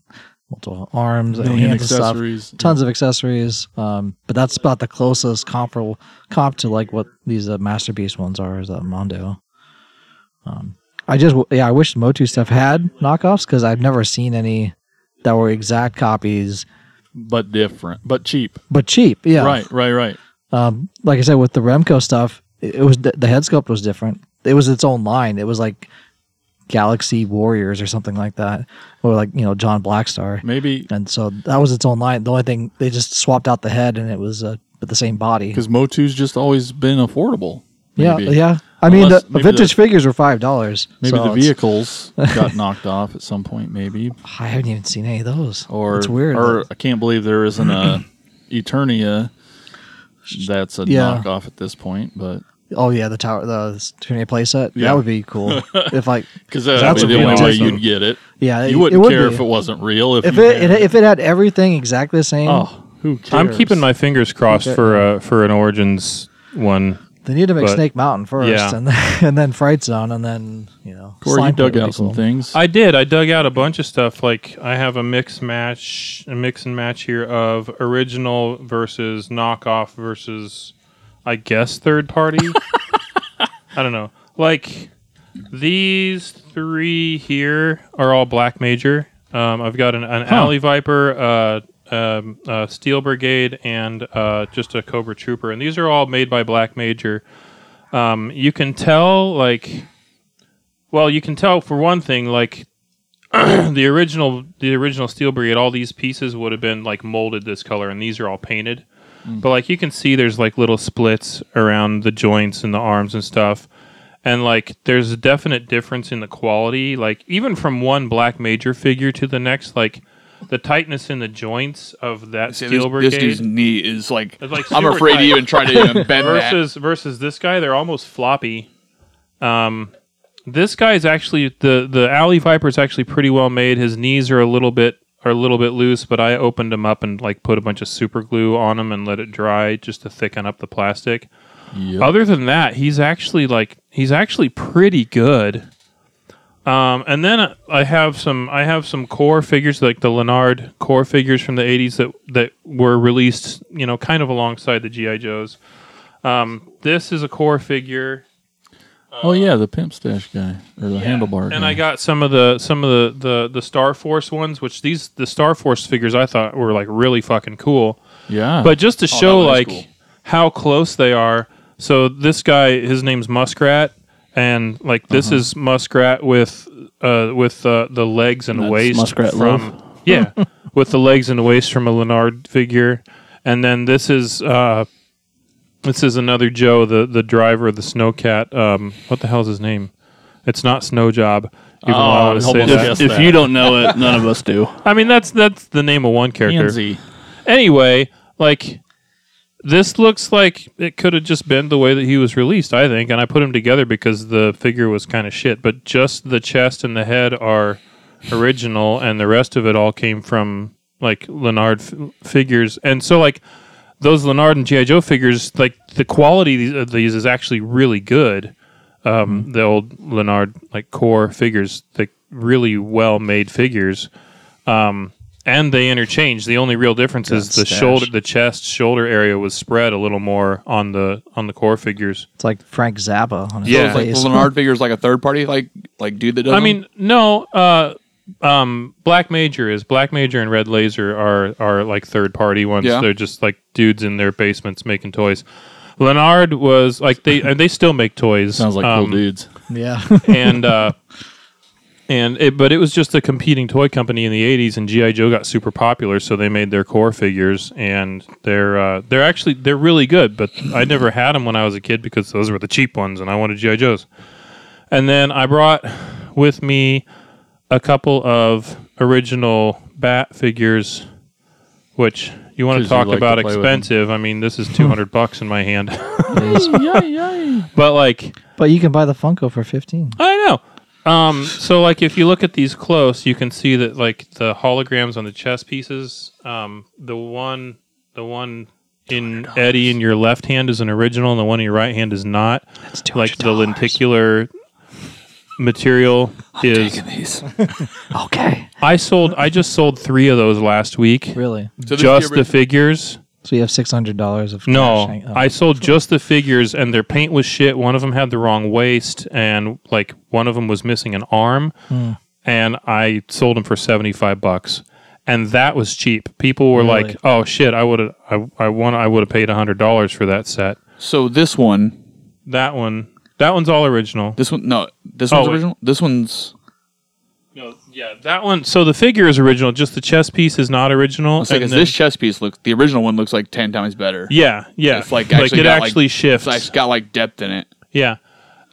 [SPEAKER 3] multiple arms, and
[SPEAKER 2] million
[SPEAKER 3] hands and stuff.
[SPEAKER 2] accessories.
[SPEAKER 3] Tons of accessories, um, but that's about the closest comparable comp to like what these uh, masterpiece ones are. Is that Mondo? Um, I just w- yeah, I wish Motu stuff had knockoffs because I've never seen any that were exact copies
[SPEAKER 2] but different, but cheap.
[SPEAKER 3] but cheap. Yeah,
[SPEAKER 2] Right, right, right.
[SPEAKER 3] um, like I said, with the Remco stuff, it, it was the, the head sculpt was different. It was its own line. It was like Galaxy Warriors or something like that, or like you know John Blackstar.
[SPEAKER 2] Maybe
[SPEAKER 3] And so that was its own line. The only thing they just swapped out the head, and it was uh, but the same body.
[SPEAKER 2] because Motu's just always been affordable.
[SPEAKER 3] Yeah,
[SPEAKER 2] maybe.
[SPEAKER 3] yeah. I mean,
[SPEAKER 2] Unless-
[SPEAKER 3] the
[SPEAKER 2] maybe
[SPEAKER 3] vintage figures were five dollars.
[SPEAKER 2] Maybe the vehicles got knocked off at some point. Maybe
[SPEAKER 3] I haven't even seen any of those.
[SPEAKER 2] or
[SPEAKER 3] it's weird.
[SPEAKER 2] Or
[SPEAKER 3] that
[SPEAKER 2] I can't believe there isn't a Eternia that's a
[SPEAKER 3] Yeah.
[SPEAKER 2] knockoff at this point, but
[SPEAKER 3] Oh yeah, the tower, the Tourney playset.
[SPEAKER 2] Yeah.
[SPEAKER 3] That would be cool. if like,
[SPEAKER 2] because that
[SPEAKER 3] That's
[SPEAKER 2] would be
[SPEAKER 3] a
[SPEAKER 2] uh, the only
[SPEAKER 3] big
[SPEAKER 2] way
[SPEAKER 3] difference.
[SPEAKER 2] you'd get it.
[SPEAKER 3] yeah,
[SPEAKER 2] You wouldn't
[SPEAKER 3] would
[SPEAKER 2] care
[SPEAKER 3] be.
[SPEAKER 2] if it wasn't real. If,
[SPEAKER 3] if
[SPEAKER 2] you
[SPEAKER 3] it,
[SPEAKER 2] had
[SPEAKER 3] if it had everything exactly the same.
[SPEAKER 2] oh, who cares?
[SPEAKER 5] I'm keeping my fingers crossed
[SPEAKER 3] Okay.
[SPEAKER 5] for uh, for an Origins one.
[SPEAKER 3] They need to make
[SPEAKER 5] But-
[SPEAKER 3] Snake Mountain first,
[SPEAKER 5] Yeah.
[SPEAKER 3] and then, and then Fright Zone, and then you know.
[SPEAKER 2] Corey, you
[SPEAKER 3] Slime Pit
[SPEAKER 2] dug
[SPEAKER 3] would be
[SPEAKER 2] out some
[SPEAKER 3] cool.
[SPEAKER 2] things.
[SPEAKER 5] I did. I dug out a bunch of stuff. Like I have a mix match, a mix and match here of original versus knockoff versus, I guess, third party. I don't know. Like these three here are all black major. Um, I've got an, an Alley Viper, uh, um, uh, Steel Brigade, and uh, just a Cobra Trooper, and these are all made by Black Major. Um, you can tell, like, well, you can tell for one thing, like the original, the original Steel Brigade, all these pieces would have been like molded this color, and these are all painted.
[SPEAKER 4] Mm.
[SPEAKER 5] But like you can see, there's like little splits around the joints and the arms and stuff, and like there's a definite difference in the quality. Like even from one Black Major figure to the next, like the tightness in the joints of that
[SPEAKER 4] See,
[SPEAKER 5] Steel
[SPEAKER 4] this,
[SPEAKER 5] Brigade.
[SPEAKER 4] this dude's knee is like,
[SPEAKER 5] It's like
[SPEAKER 4] I'm
[SPEAKER 5] super
[SPEAKER 4] afraid to
[SPEAKER 5] tight.
[SPEAKER 4] even try to even bend that.
[SPEAKER 5] versus versus this guy they're almost floppy um this guy's actually the the alley viper is actually pretty well made his knees are a little bit are a little bit loose but i opened him up and like put a bunch of super glue on him and let it dry just to thicken up the plastic
[SPEAKER 2] Yep.
[SPEAKER 5] other than that he's actually like he's actually pretty good um, and then I have some I have some core figures like the Lennard core figures from the 80s that that were released you know kind of alongside the GI Joes um, this is a core figure,
[SPEAKER 2] oh yeah, the pimp stash guy or the handlebar.
[SPEAKER 5] and
[SPEAKER 2] guy.
[SPEAKER 5] I got some of the some of the, the the Star Force ones, which these the Star Force figures I thought were like really fucking cool.
[SPEAKER 2] yeah,
[SPEAKER 5] But just to show
[SPEAKER 4] that one is
[SPEAKER 5] like
[SPEAKER 4] cool.
[SPEAKER 5] how close they are, so this guy his name's Muskrat, and like this is Muskrat with uh with uh, the legs and
[SPEAKER 6] That's
[SPEAKER 5] waist
[SPEAKER 6] Muskrat
[SPEAKER 5] from
[SPEAKER 6] Loaf.
[SPEAKER 5] yeah with the legs and waist from a Lennard figure, and then this is. uh this is another Joe, the the driver of the Snowcat. Um, what the hell's his name? It's not Snow Job. Even though I
[SPEAKER 2] Oh,
[SPEAKER 5] wanna
[SPEAKER 2] I
[SPEAKER 5] say
[SPEAKER 2] almost
[SPEAKER 5] that.
[SPEAKER 2] guessed
[SPEAKER 6] If, if
[SPEAKER 2] that.
[SPEAKER 6] you don't know it, none of us do.
[SPEAKER 5] I mean, that's that's the name of one character.
[SPEAKER 2] Pansy.
[SPEAKER 5] Anyway, like this looks like it could have just been the way that he was released. I think, and I put him together because the figure was kind of shit. But just the chest and the head are original, and the rest of it all came from like Lennard f- figures. And so, like those Lennard and GI Joe figures, like the quality of these is actually really good um, the old Lennard like core figures, the really well made figures, um, and they interchange. The only real difference is
[SPEAKER 3] Got
[SPEAKER 5] the
[SPEAKER 3] stash.
[SPEAKER 5] shoulder, the chest, shoulder area was spread a little more on the on the core figures.
[SPEAKER 3] It's like Frank Zappa on his
[SPEAKER 4] Yeah, like
[SPEAKER 3] face.
[SPEAKER 4] the Leonard figure is like a third party, like like dude that does.
[SPEAKER 5] I mean, no, uh, um, Black Major is Black Major and Red Laser are are like third party ones.
[SPEAKER 4] Yeah.
[SPEAKER 5] They're just like dudes in their basements making toys. Lennard was like they and they still make toys.
[SPEAKER 2] Sounds like
[SPEAKER 5] um,
[SPEAKER 2] cool dudes.
[SPEAKER 3] yeah,
[SPEAKER 5] and uh, and it, but it was just a competing toy company in the '80s, and GI Joe got super popular, so they made their core figures, and they're uh, they're actually they're really good. But I never had them when I was a kid because those were the cheap ones, and I wanted GI Joes. And then I brought with me a couple of original Bat figures, which you want
[SPEAKER 2] 'Cause
[SPEAKER 5] to
[SPEAKER 2] you
[SPEAKER 5] talk
[SPEAKER 2] like to
[SPEAKER 5] about
[SPEAKER 2] play with 'em.
[SPEAKER 5] expensive. I mean, this is two hundred bucks in my hand,
[SPEAKER 2] yay, yay.
[SPEAKER 5] but like.
[SPEAKER 3] but you can buy the Funko for fifteen.
[SPEAKER 5] I know. Um, so like if you look at these close, you can see that like the holograms on the chess pieces, um, the one the one in Eddie in your left hand is an original and the one in your right hand is not.
[SPEAKER 3] It's
[SPEAKER 5] Like the lenticular material is
[SPEAKER 4] these. So
[SPEAKER 3] Okay,
[SPEAKER 5] I sold I just sold 3 of those last week.
[SPEAKER 3] really.
[SPEAKER 4] this
[SPEAKER 5] Just the
[SPEAKER 4] is
[SPEAKER 5] figures.
[SPEAKER 3] So you have six hundred dollars of
[SPEAKER 5] No,
[SPEAKER 3] cash hang- oh.
[SPEAKER 5] I sold just the figures, and their paint was shit. One of them had the wrong waist, and like one of them was missing an arm.
[SPEAKER 3] Hmm.
[SPEAKER 5] And I sold them for seventy five bucks, and that was cheap. People were
[SPEAKER 3] Really?
[SPEAKER 5] like, "Oh shit, I would have, I, I want, I would have paid hundred dollars for that set."
[SPEAKER 4] so this one,
[SPEAKER 5] That one, that one's all original.
[SPEAKER 4] this one, no, this
[SPEAKER 5] Oh,
[SPEAKER 4] one's
[SPEAKER 5] wait.
[SPEAKER 4] original. This one's
[SPEAKER 5] No, yeah, that one. So the figure is original, just the chess piece is not original.
[SPEAKER 4] I was like,
[SPEAKER 5] and
[SPEAKER 4] is
[SPEAKER 5] then-
[SPEAKER 4] this chess piece looks the original one looks like ten times better.
[SPEAKER 5] yeah, yeah,
[SPEAKER 4] It's like
[SPEAKER 5] like
[SPEAKER 4] actually
[SPEAKER 5] it
[SPEAKER 4] got, like-
[SPEAKER 5] actually shifts.
[SPEAKER 4] So it's got like depth in it.
[SPEAKER 5] Yeah.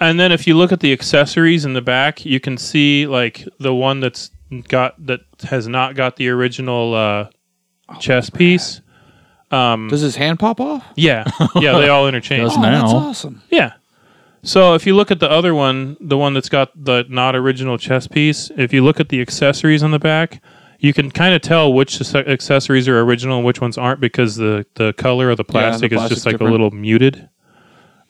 [SPEAKER 5] And then if you look at the accessories in the back, you can see like the one that's got that has not got the original uh, chess piece.
[SPEAKER 4] Does his hand pop off? Oh,
[SPEAKER 5] Yeah, yeah, they all interchange.
[SPEAKER 2] Mm. Does now.
[SPEAKER 4] that's awesome.
[SPEAKER 5] Yeah. So if you look at the other one, the one that's got the not original chess piece, if you look at the accessories on the back, you can kind of tell which ac- accessories are original and which ones aren't because the, the color of the plastic is
[SPEAKER 4] plastic's
[SPEAKER 5] just like
[SPEAKER 4] different.
[SPEAKER 5] a little muted.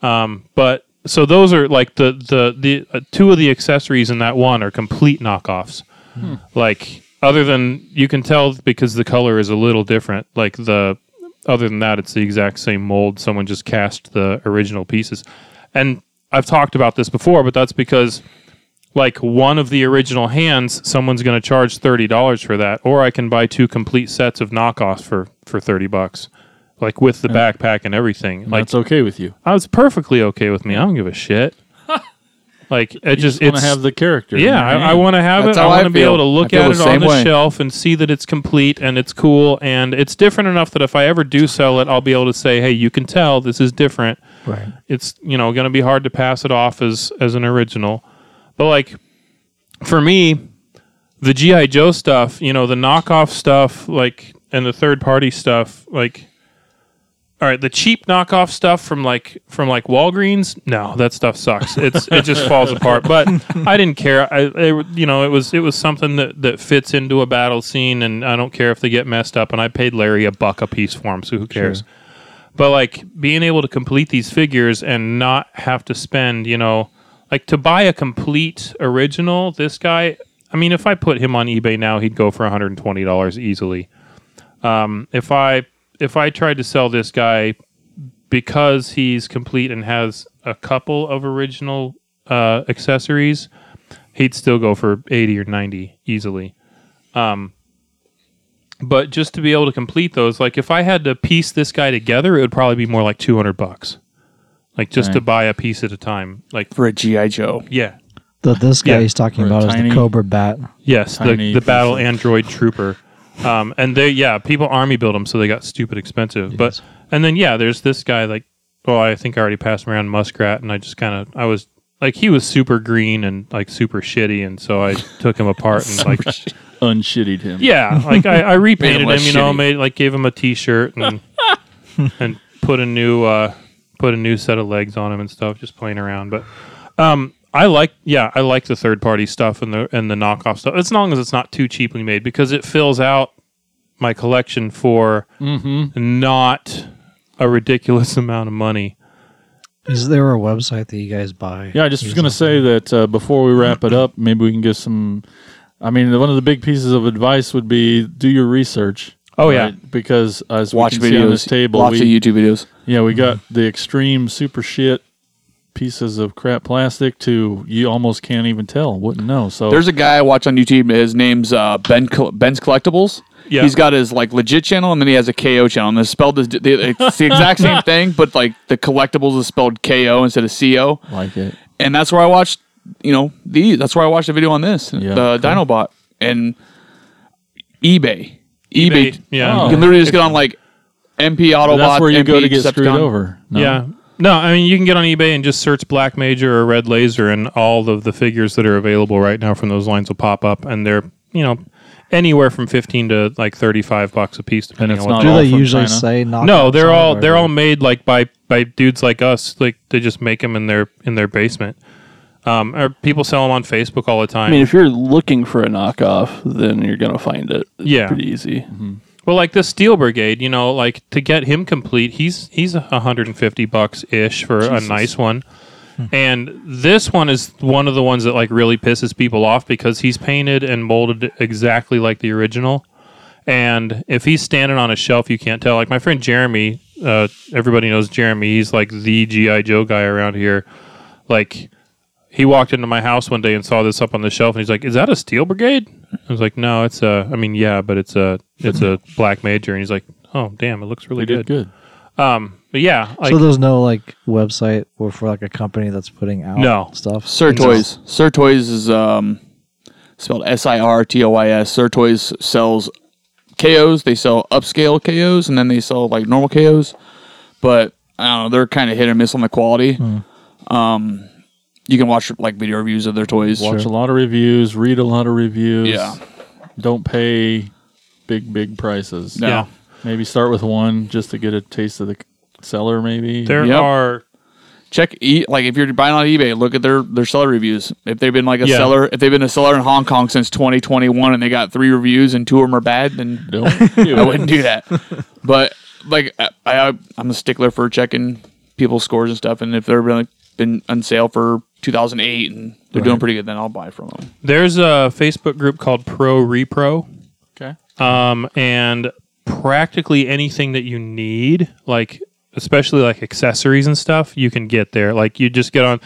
[SPEAKER 5] Um, but so those are like the the the uh, two of the accessories in that one are complete knockoffs.
[SPEAKER 4] Hmm.
[SPEAKER 5] Like other than you can tell because the color is a little different. Like the other than that, it's the exact same mold. Someone just cast the original pieces. And I've talked about this before, but that's because like one of the original hands, someone's going to charge thirty dollars for that, or I can buy two complete sets of knockoffs for for thirty bucks, like with the backpack and everything. Like
[SPEAKER 2] That's okay with you.
[SPEAKER 5] I was perfectly okay with me. I don't give a shit. like it just
[SPEAKER 2] Want to
[SPEAKER 5] it's
[SPEAKER 2] have the character? in your
[SPEAKER 5] yeah, I, I
[SPEAKER 2] hand.
[SPEAKER 5] want to have
[SPEAKER 4] That's
[SPEAKER 5] it. I
[SPEAKER 4] how I
[SPEAKER 5] want to be
[SPEAKER 4] feel.
[SPEAKER 5] able to look
[SPEAKER 4] I feel
[SPEAKER 5] at
[SPEAKER 4] the
[SPEAKER 5] it
[SPEAKER 4] same
[SPEAKER 5] on the
[SPEAKER 4] way.
[SPEAKER 5] shelf and see that it's complete and it's cool and it's different enough that if I ever do sell it, I'll be able to say, "Hey, you can tell this is different."
[SPEAKER 3] Right.
[SPEAKER 5] It's you know going to be hard to pass it off as as an original, but like for me, the GI Joe stuff, you know, the knockoff stuff, like and the third party stuff, like. All right, the cheap knockoff stuff from like from like Walgreens. No, that stuff sucks. It's it just falls apart. But I didn't care. I, I- you know it was it was something that that fits into a battle scene, and I don't care if they get messed up. And I paid Larry a buck a piece for them, so who cares? But like being able to complete these figures and not have to spend, you know, like to buy a complete original. This guy, I mean, if I put him on eBay now, he'd go for one hundred and twenty dollars easily Um, if I if I tried to sell this guy because he's complete and has a couple of original uh, accessories, he'd still go for eighty or ninety easily. Um, but just to be able to complete those, like if I had to piece this guy together, it would probably be more like two hundred bucks, like just to buy a piece at a time. Like
[SPEAKER 4] For a GI Joe.
[SPEAKER 5] yeah,
[SPEAKER 3] The, this guy
[SPEAKER 5] Yeah.
[SPEAKER 3] he's talking
[SPEAKER 2] Or a
[SPEAKER 3] about is
[SPEAKER 2] tiny-
[SPEAKER 3] the Cobra Bat.
[SPEAKER 5] yes,
[SPEAKER 2] Tiny
[SPEAKER 5] the the
[SPEAKER 2] piece
[SPEAKER 5] battle
[SPEAKER 2] of-
[SPEAKER 5] android trooper. Um, and they yeah, people army build them, so they got stupid expensive. But and then yeah, there's this guy like well, I think I already passed him around Muskrat, and I just kind of I was like he was super green and like super shitty, and so I took him apart and like
[SPEAKER 2] unshittied him.
[SPEAKER 5] yeah, like I, I repainted him,
[SPEAKER 4] less
[SPEAKER 5] you know,
[SPEAKER 4] shitty.
[SPEAKER 5] made like gave him a T-shirt and and put a new uh, put a new set of legs on him and stuff, just playing around. But um, I like, yeah, I like the third party stuff and the and the knockoff stuff as long as it's not too cheaply made because it fills out my collection for not a ridiculous amount of money.
[SPEAKER 3] Is there a website that you guys buy?
[SPEAKER 2] Yeah, I just was going to say that uh, before we wrap it up, maybe we can give some. I mean, one of the big pieces of advice would be do your research.
[SPEAKER 5] Oh, yeah.
[SPEAKER 2] because as
[SPEAKER 4] Watch
[SPEAKER 2] we can see on
[SPEAKER 4] videos.
[SPEAKER 2] this table,
[SPEAKER 4] lots
[SPEAKER 2] we,
[SPEAKER 4] of YouTube videos.
[SPEAKER 2] yeah, we got the extreme super shit pieces of crap plastic to you almost can't even tell, wouldn't know. So
[SPEAKER 4] There's a guy I watch on YouTube. His name's uh, Ben Col- Ben's Collectibles.
[SPEAKER 5] Yeah.
[SPEAKER 4] He's got his like legit channel, and then he has a KO channel. And it's spelled the, the, it's the exact same thing, but like the collectibles is spelled KO instead of CO.
[SPEAKER 2] like it.
[SPEAKER 4] and that's where I watched, you know, the that's where I watched the video on this,
[SPEAKER 2] Yeah,
[SPEAKER 4] the Dinobot and eBay. eBay,
[SPEAKER 5] eBay, yeah.
[SPEAKER 4] you can literally just get on like MP Autobot.
[SPEAKER 2] that's where you
[SPEAKER 4] MP
[SPEAKER 2] go to get screwed
[SPEAKER 4] Decepticon.
[SPEAKER 2] over. No.
[SPEAKER 5] Yeah. No, I mean you can get on eBay and just search Black Major or Red Laser, and all of the figures that are available right now from those lines will pop up, and they're you know anywhere from fifteen to like thirty-five bucks a piece, depending
[SPEAKER 2] it's
[SPEAKER 5] on what.
[SPEAKER 2] not
[SPEAKER 3] Do
[SPEAKER 2] all
[SPEAKER 3] they
[SPEAKER 2] from
[SPEAKER 3] usually
[SPEAKER 2] China.
[SPEAKER 3] say
[SPEAKER 5] They're.
[SPEAKER 3] not?
[SPEAKER 5] No, they're all they're all made like by by dudes like us. Like they just make them in their in their basement. Um, or people sell them on Facebook all the time.
[SPEAKER 6] I mean, if you're looking for a knockoff, then you're gonna find it. It's
[SPEAKER 5] Yeah.
[SPEAKER 6] pretty easy.
[SPEAKER 5] Well, like the Steel Brigade, you know, like to get him complete, he's he's 150 bucks ish for a nice one. And this one is one of the ones that like really pisses people off because he's painted and molded exactly like the original. And if he's standing on a shelf, you can't tell. Like my friend Jeremy, uh, everybody knows Jeremy. He's like the GI Joe guy around here. Like he walked into my house one day and saw this up on the shelf, and he's like, "Is that a Steel Brigade?" I was like, "No, it's a. I mean, yeah, but it's a it's a Black Major." And he's like, "Oh, damn, it looks really
[SPEAKER 2] They did
[SPEAKER 5] good."
[SPEAKER 2] good.
[SPEAKER 5] But yeah, like
[SPEAKER 3] so there's no like website or for like a company that's putting out
[SPEAKER 5] No.
[SPEAKER 3] stuff.
[SPEAKER 4] Sir Toys. Sir Toys is um, spelled S I R T O I S. Sir Toys sells KOs. They sell upscale KOs, and then they sell like normal KOs. But I don't know. They're kind of hit or miss on the quality.
[SPEAKER 2] Hmm.
[SPEAKER 4] Um, you can watch like video reviews of their toys.
[SPEAKER 2] Watch a lot of reviews, read a lot of reviews.
[SPEAKER 4] Yeah.
[SPEAKER 2] Don't pay big, big prices.
[SPEAKER 4] No.
[SPEAKER 5] Yeah.
[SPEAKER 2] Maybe start with one just to get a taste of the seller. Maybe
[SPEAKER 5] There
[SPEAKER 4] Yep.
[SPEAKER 5] are
[SPEAKER 4] Check e- like if you're buying on eBay, look at their their seller reviews. If they've been like a
[SPEAKER 5] Yeah.
[SPEAKER 4] seller, if they've been a seller in Hong Kong since 2021 and they got three reviews and two of them are bad, then
[SPEAKER 2] don't do
[SPEAKER 4] I
[SPEAKER 2] it.
[SPEAKER 4] wouldn't do that. But like I, I I'm a stickler for checking people's scores and stuff. And if they've been like, been on sale for 2008 and they're doing pretty good, then I'll buy from them.
[SPEAKER 5] there's a Facebook group called Pro Repro.
[SPEAKER 2] Okay.
[SPEAKER 5] um, and practically anything that you need, like especially like accessories and stuff, you can get there. Like you just get on,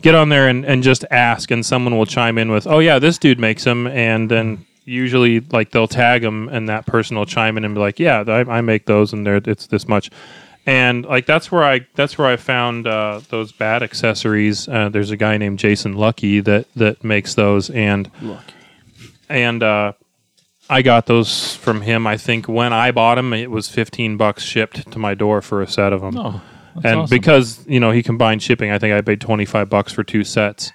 [SPEAKER 5] get on there and, and just ask, and someone will chime in with, "Oh yeah, this dude makes them," and then usually like they'll tag them, and that person will chime in and be like, "Yeah, I, I make those, and they're it's this much." And like that's where I that's where I found uh, those bad accessories. Uh, there's a guy named Jason Lucky that that makes those, and and uh, I got those from him. I think when I bought them, it was fifteen bucks shipped to my door for a set of them.
[SPEAKER 2] Oh, that's
[SPEAKER 5] and
[SPEAKER 2] awesome.
[SPEAKER 5] because you know he combined shipping, I think I paid twenty five bucks for two sets.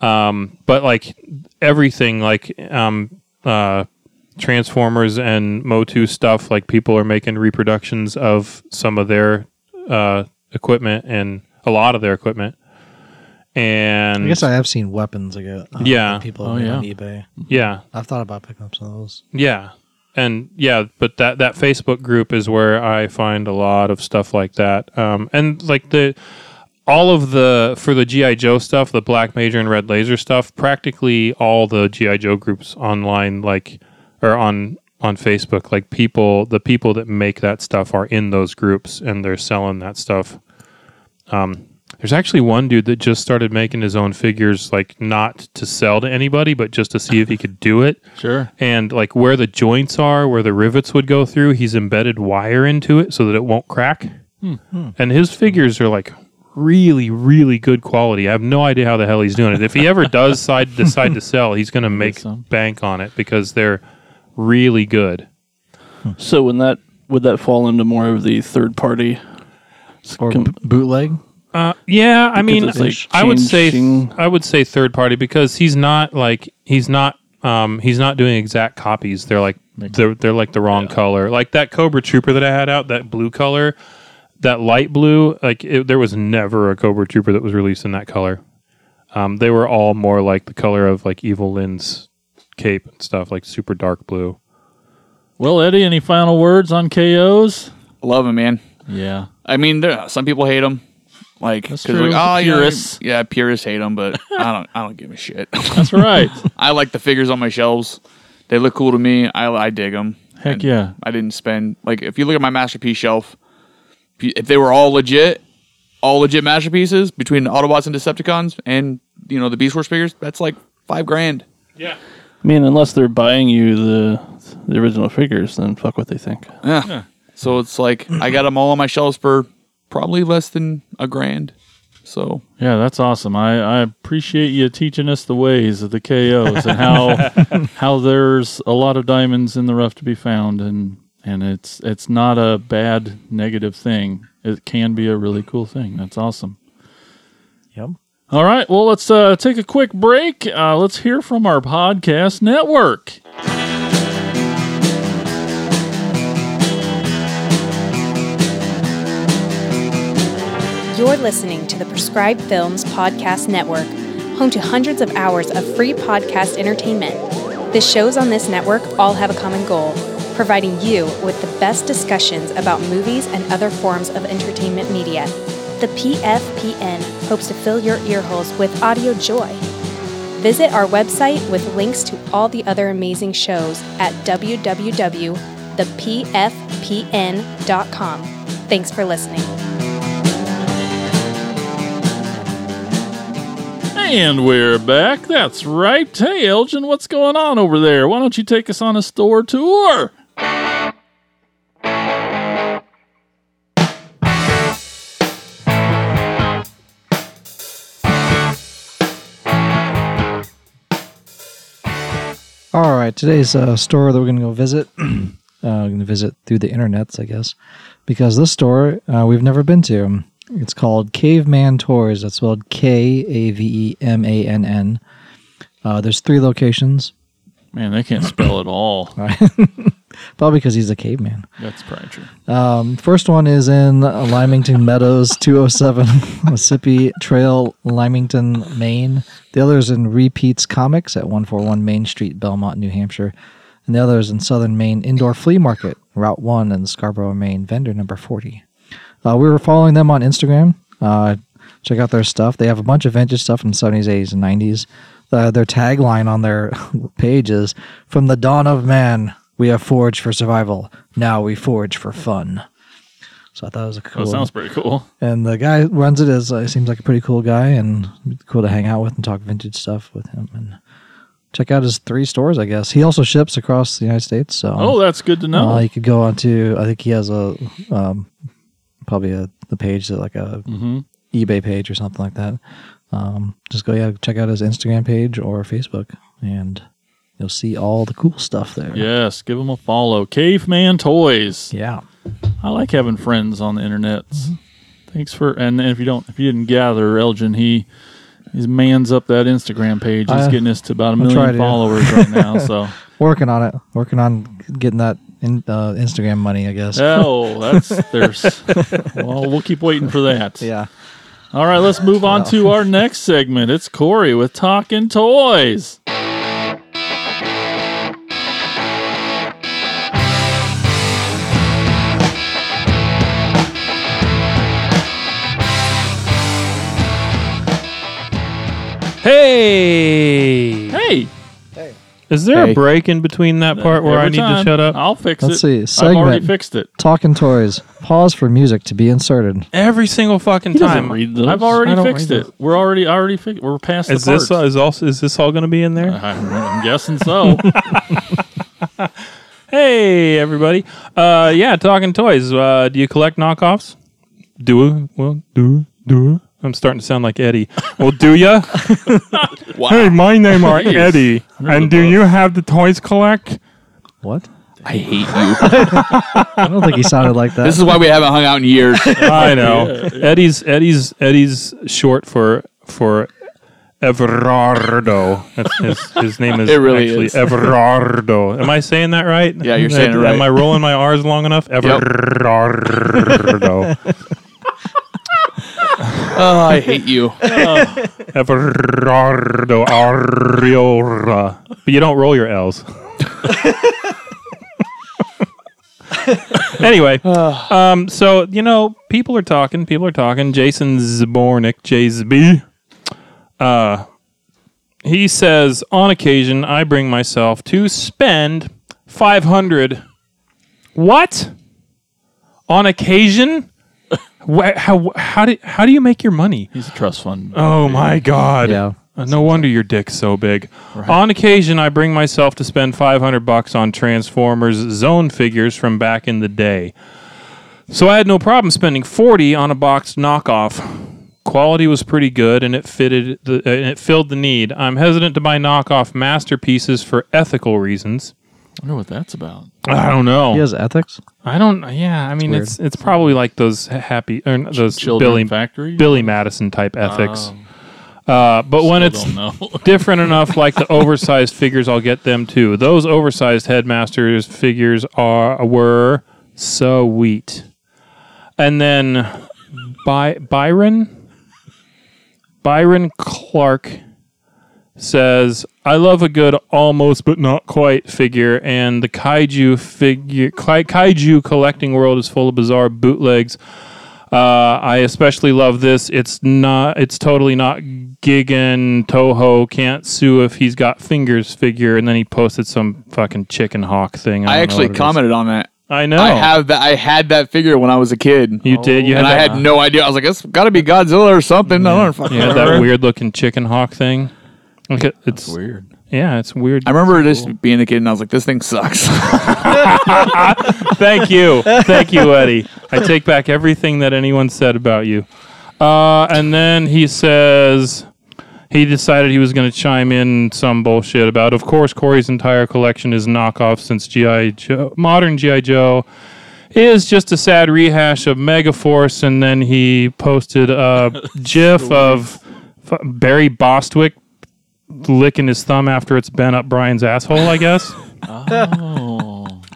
[SPEAKER 5] Um, but like everything, like um, uh, Transformers and Motu stuff, like people are making reproductions of some of their uh, equipment and a lot of their equipment. And
[SPEAKER 3] I guess I have seen weapons like uh,
[SPEAKER 5] Yeah.
[SPEAKER 3] that people
[SPEAKER 2] Oh,
[SPEAKER 3] have made on
[SPEAKER 2] yeah.
[SPEAKER 3] eBay.
[SPEAKER 5] yeah,
[SPEAKER 3] I've thought about picking up some of those.
[SPEAKER 5] Yeah. And yeah, but that that Facebook group is where I find a lot of stuff like that. Um, and like the all of the for the GI Joe stuff, the Black Major and Red Laser stuff, practically all the GI Joe groups online like or on on Facebook, like people the people that make that stuff are in those groups and they're selling that stuff. Um, there's actually one dude that just started making his own figures like not to sell to anybody, but just to see if he could do it
[SPEAKER 2] Sure.
[SPEAKER 5] and like where the joints are, where the rivets would go through, he's embedded wire into it so that it won't crack. And his figures are like really, really good quality. I have no idea how the hell he's doing it. If he ever does side decide to sell, he's going to make
[SPEAKER 2] some.
[SPEAKER 5] bank on it because they're really good.
[SPEAKER 6] So when that would that fall into more of the third party?
[SPEAKER 3] Or
[SPEAKER 6] com-
[SPEAKER 3] b- bootleg.
[SPEAKER 5] Uh, yeah, I mean,
[SPEAKER 6] it's, like,
[SPEAKER 5] I would say
[SPEAKER 6] changing-
[SPEAKER 5] I would say third party because he's not like he's not um, he's not doing exact copies. They're like they're they're like the wrong color. Like that Cobra Trooper that I had out, that blue color, that light blue. Like it, there was never a Cobra Trooper that was released in that color. Um, they were all more like the color of like Evil Lynn's cape and stuff, like super dark blue.
[SPEAKER 2] Well, Eddie, any final words on KOs?
[SPEAKER 4] I love them, man.
[SPEAKER 2] Yeah.
[SPEAKER 4] I mean, there some people hate them. Like,
[SPEAKER 2] That's
[SPEAKER 4] 'cause
[SPEAKER 2] true.
[SPEAKER 4] like, oh, you know,
[SPEAKER 2] Purists.
[SPEAKER 4] yeah, purists hate them, but I don't, I don't give a shit.
[SPEAKER 2] That's right.
[SPEAKER 4] I like the figures on my shelves. They look cool to me. I, I dig them.
[SPEAKER 2] Heck yeah.
[SPEAKER 4] I didn't spend like if you look at my masterpiece shelf, if, you, if they were all legit, all legit masterpieces between Autobots and Decepticons, and you know the Beast Wars figures, that's like five grand.
[SPEAKER 6] I mean, unless they're buying you the the original figures, then fuck what they think.
[SPEAKER 4] Yeah. So it's like I got them all on my shelves for probably less than a grand. So
[SPEAKER 2] Yeah, that's awesome. I, I appreciate you teaching us the ways of the KOs and how how there's a lot of diamonds in the rough to be found and and it's it's not a bad negative thing. It can be a really cool thing. That's awesome.
[SPEAKER 3] Yep.
[SPEAKER 2] All right, well let's uh, take a quick break. Uh, let's hear from our podcast network.
[SPEAKER 7] You're listening to the Prescribed Films Podcast Network, home to hundreds of hours of free podcast entertainment. The shows on this network all have a common goal providing you with the best discussions about movies and other forms of entertainment media. The PFPN hopes to fill your earholes with audio joy. Visit our website with links to all the other amazing shows at www.thepfpn.com. Thanks for listening.
[SPEAKER 2] And we're back. That's right. Hey, Elgin, what's going on over there? Why don't you take us on a store tour?
[SPEAKER 3] All right, today's uh, store that we're going to go visit, uh, going to visit through the internets, I guess, because this store uh, we've never been to. It's called Caveman Toys. That's spelled K A V E M A N N. Uh, There's three locations.
[SPEAKER 2] Man, they can't spell at all.
[SPEAKER 3] Probably because he's a caveman.
[SPEAKER 2] That's probably true.
[SPEAKER 3] First one is in Lymington Meadows, 207 Mississippi Trail, Lymington, Maine. The other is in Repeats Comics at 141 Main Street, Belmont, New Hampshire. And the other is in Southern Maine Indoor Flea Market, Route 1 in Scarborough, Maine, vendor number 40. Uh, we were following them on Instagram. Uh, check out their stuff. They have a bunch of vintage stuff from the 70s, 80s, and 90s. Uh, their tagline on their page is From the dawn of man, we have forged for survival. Now we forge for fun. So I thought it was a cool.
[SPEAKER 2] Well, it Oh, sounds pretty cool.
[SPEAKER 3] and the guy who runs it is uh, seems like a pretty cool guy and it'd be cool to hang out with and talk vintage stuff with him and check out his three stores. I guess he also ships across the United States. So
[SPEAKER 2] Oh, that's good to know.
[SPEAKER 3] uh, you could go on to. I think he has a um, probably a the page that like a eBay page or something like that. Um, just go yeah, check out his Instagram page or Facebook, and you'll see all the cool stuff there.
[SPEAKER 2] yes, give them a follow. Caveman Toys.
[SPEAKER 3] Yeah. Mm-hmm.
[SPEAKER 2] I like having friends on the internet. Thanks for and if you don't if you didn't gather, Elgin he he mans up that Instagram page. He's
[SPEAKER 3] I-
[SPEAKER 2] getting us to about a
[SPEAKER 3] I'll try
[SPEAKER 2] million
[SPEAKER 3] to.
[SPEAKER 2] followers right now. So
[SPEAKER 3] Working on it. Working on getting that in, uh, Instagram money, I guess.
[SPEAKER 2] oh, that's there's well we'll keep waiting for that.
[SPEAKER 3] Yeah.
[SPEAKER 2] All right, let's move on to our next segment. It's Corey with Talking Toys.
[SPEAKER 5] Hey,
[SPEAKER 2] Hey,
[SPEAKER 5] is there
[SPEAKER 4] Hey.
[SPEAKER 5] a break in between that part where I
[SPEAKER 2] every
[SPEAKER 5] need to
[SPEAKER 2] time,
[SPEAKER 5] shut up?
[SPEAKER 2] I'll fix
[SPEAKER 3] Let's see,
[SPEAKER 2] it. I've already
[SPEAKER 3] segment.
[SPEAKER 2] fixed it.
[SPEAKER 3] Talking toys. Pause for music to be inserted.
[SPEAKER 5] Every single fucking
[SPEAKER 6] doesn't
[SPEAKER 5] time.
[SPEAKER 6] read those.
[SPEAKER 2] I've
[SPEAKER 5] I
[SPEAKER 2] already
[SPEAKER 5] don't
[SPEAKER 2] fixed
[SPEAKER 5] read
[SPEAKER 2] it. We're already I already fixed. We're past
[SPEAKER 5] Is
[SPEAKER 2] the Uh.
[SPEAKER 5] this
[SPEAKER 2] parts.
[SPEAKER 5] is also is this all going to be in there?
[SPEAKER 2] I'm, I'm guessing so.
[SPEAKER 5] Hey, everybody. Uh, yeah, talking toys. Uh, do you collect knockoffs? Do well, do do. I'm starting to sound like Eddie. Well, do ya? Hey, my name are Eddie, and do you have the toys collect?
[SPEAKER 3] What?
[SPEAKER 4] I hate you.
[SPEAKER 3] I don't think he sounded like that.
[SPEAKER 4] this is why we haven't hung out in years.
[SPEAKER 5] I know Eddie's Eddie's Eddie's short for for Everardo. That's his, his name is
[SPEAKER 4] It really
[SPEAKER 5] actually
[SPEAKER 4] is.
[SPEAKER 5] Everardo. Am I saying that right?
[SPEAKER 4] Yeah, you're saying it
[SPEAKER 5] Am I- Am
[SPEAKER 4] right.
[SPEAKER 5] I rolling my R's long enough? Everardo.
[SPEAKER 4] Oh, I hate you.
[SPEAKER 5] Everardo Arriola. But you don't roll your L's. anyway, um, so you know, people are talking. People are talking. Jason Zbornik, JZB, uh, he says, on occasion, I bring myself to spend five hundred. What? On occasion? Wha- how how do how do you make your money?
[SPEAKER 2] He's a trust fund.
[SPEAKER 5] Oh my God!
[SPEAKER 3] Yeah.
[SPEAKER 5] Uh, No wonder your dick's so big. On occasion, I bring myself to spend 500 bucks on Transformers Zone figures from back in the day. So I had no problem spending 40 on a boxed knockoff. Quality was pretty good, and it fitted the uh, and it filled the need. I'm hesitant to buy knockoff masterpieces for ethical reasons.
[SPEAKER 2] I wonder what that's about.
[SPEAKER 5] I don't know.
[SPEAKER 3] he has ethics.
[SPEAKER 5] I don't. Yeah, I mean,
[SPEAKER 3] weird.
[SPEAKER 5] it's it's probably like those ha- happy or n- those
[SPEAKER 2] Children
[SPEAKER 5] Billy
[SPEAKER 2] factory.
[SPEAKER 5] Billy Madison type ethics. uh, but when
[SPEAKER 2] I
[SPEAKER 5] it's
[SPEAKER 2] don't know.
[SPEAKER 5] different enough like the oversized figures i'll get them too those oversized headmasters figures are were so wheat and then by byron byron clark says i love a good almost but not quite figure and the kaiju figure kai- kaiju collecting world is full of bizarre bootlegs uh, I especially love this. It's not. It's totally not Gigan Toho can't sue if he's got fingers figure, and then he posted some fucking chicken hawk thing.
[SPEAKER 4] I
[SPEAKER 5] don't know
[SPEAKER 4] actually
[SPEAKER 5] what it is.
[SPEAKER 4] commented on that.
[SPEAKER 5] I know.
[SPEAKER 4] I have that. I had that figure when I was a kid.
[SPEAKER 5] You did. You had
[SPEAKER 4] and I
[SPEAKER 5] that,
[SPEAKER 4] had no idea. I was like, "That's got to be Godzilla or something." I don't fucking
[SPEAKER 5] you had
[SPEAKER 4] remember.
[SPEAKER 5] that weird looking chicken hawk thing. Look at it's
[SPEAKER 2] Weird.
[SPEAKER 5] yeah, it's weird.
[SPEAKER 4] I remember just being a kid, and I was like, "This thing sucks."
[SPEAKER 5] Thank you, thank you, Eddie. I take back everything that anyone said about you. Uh, and then he says he decided he was going to chime in some bullshit about. Of course, Corey's entire collection is knockoff since GI Joe, modern GI Joe, is just a sad rehash of Megaforce. And then he posted a GIF of f- Barry Bostwick licking his thumb after it's been up Brian's asshole. I guess.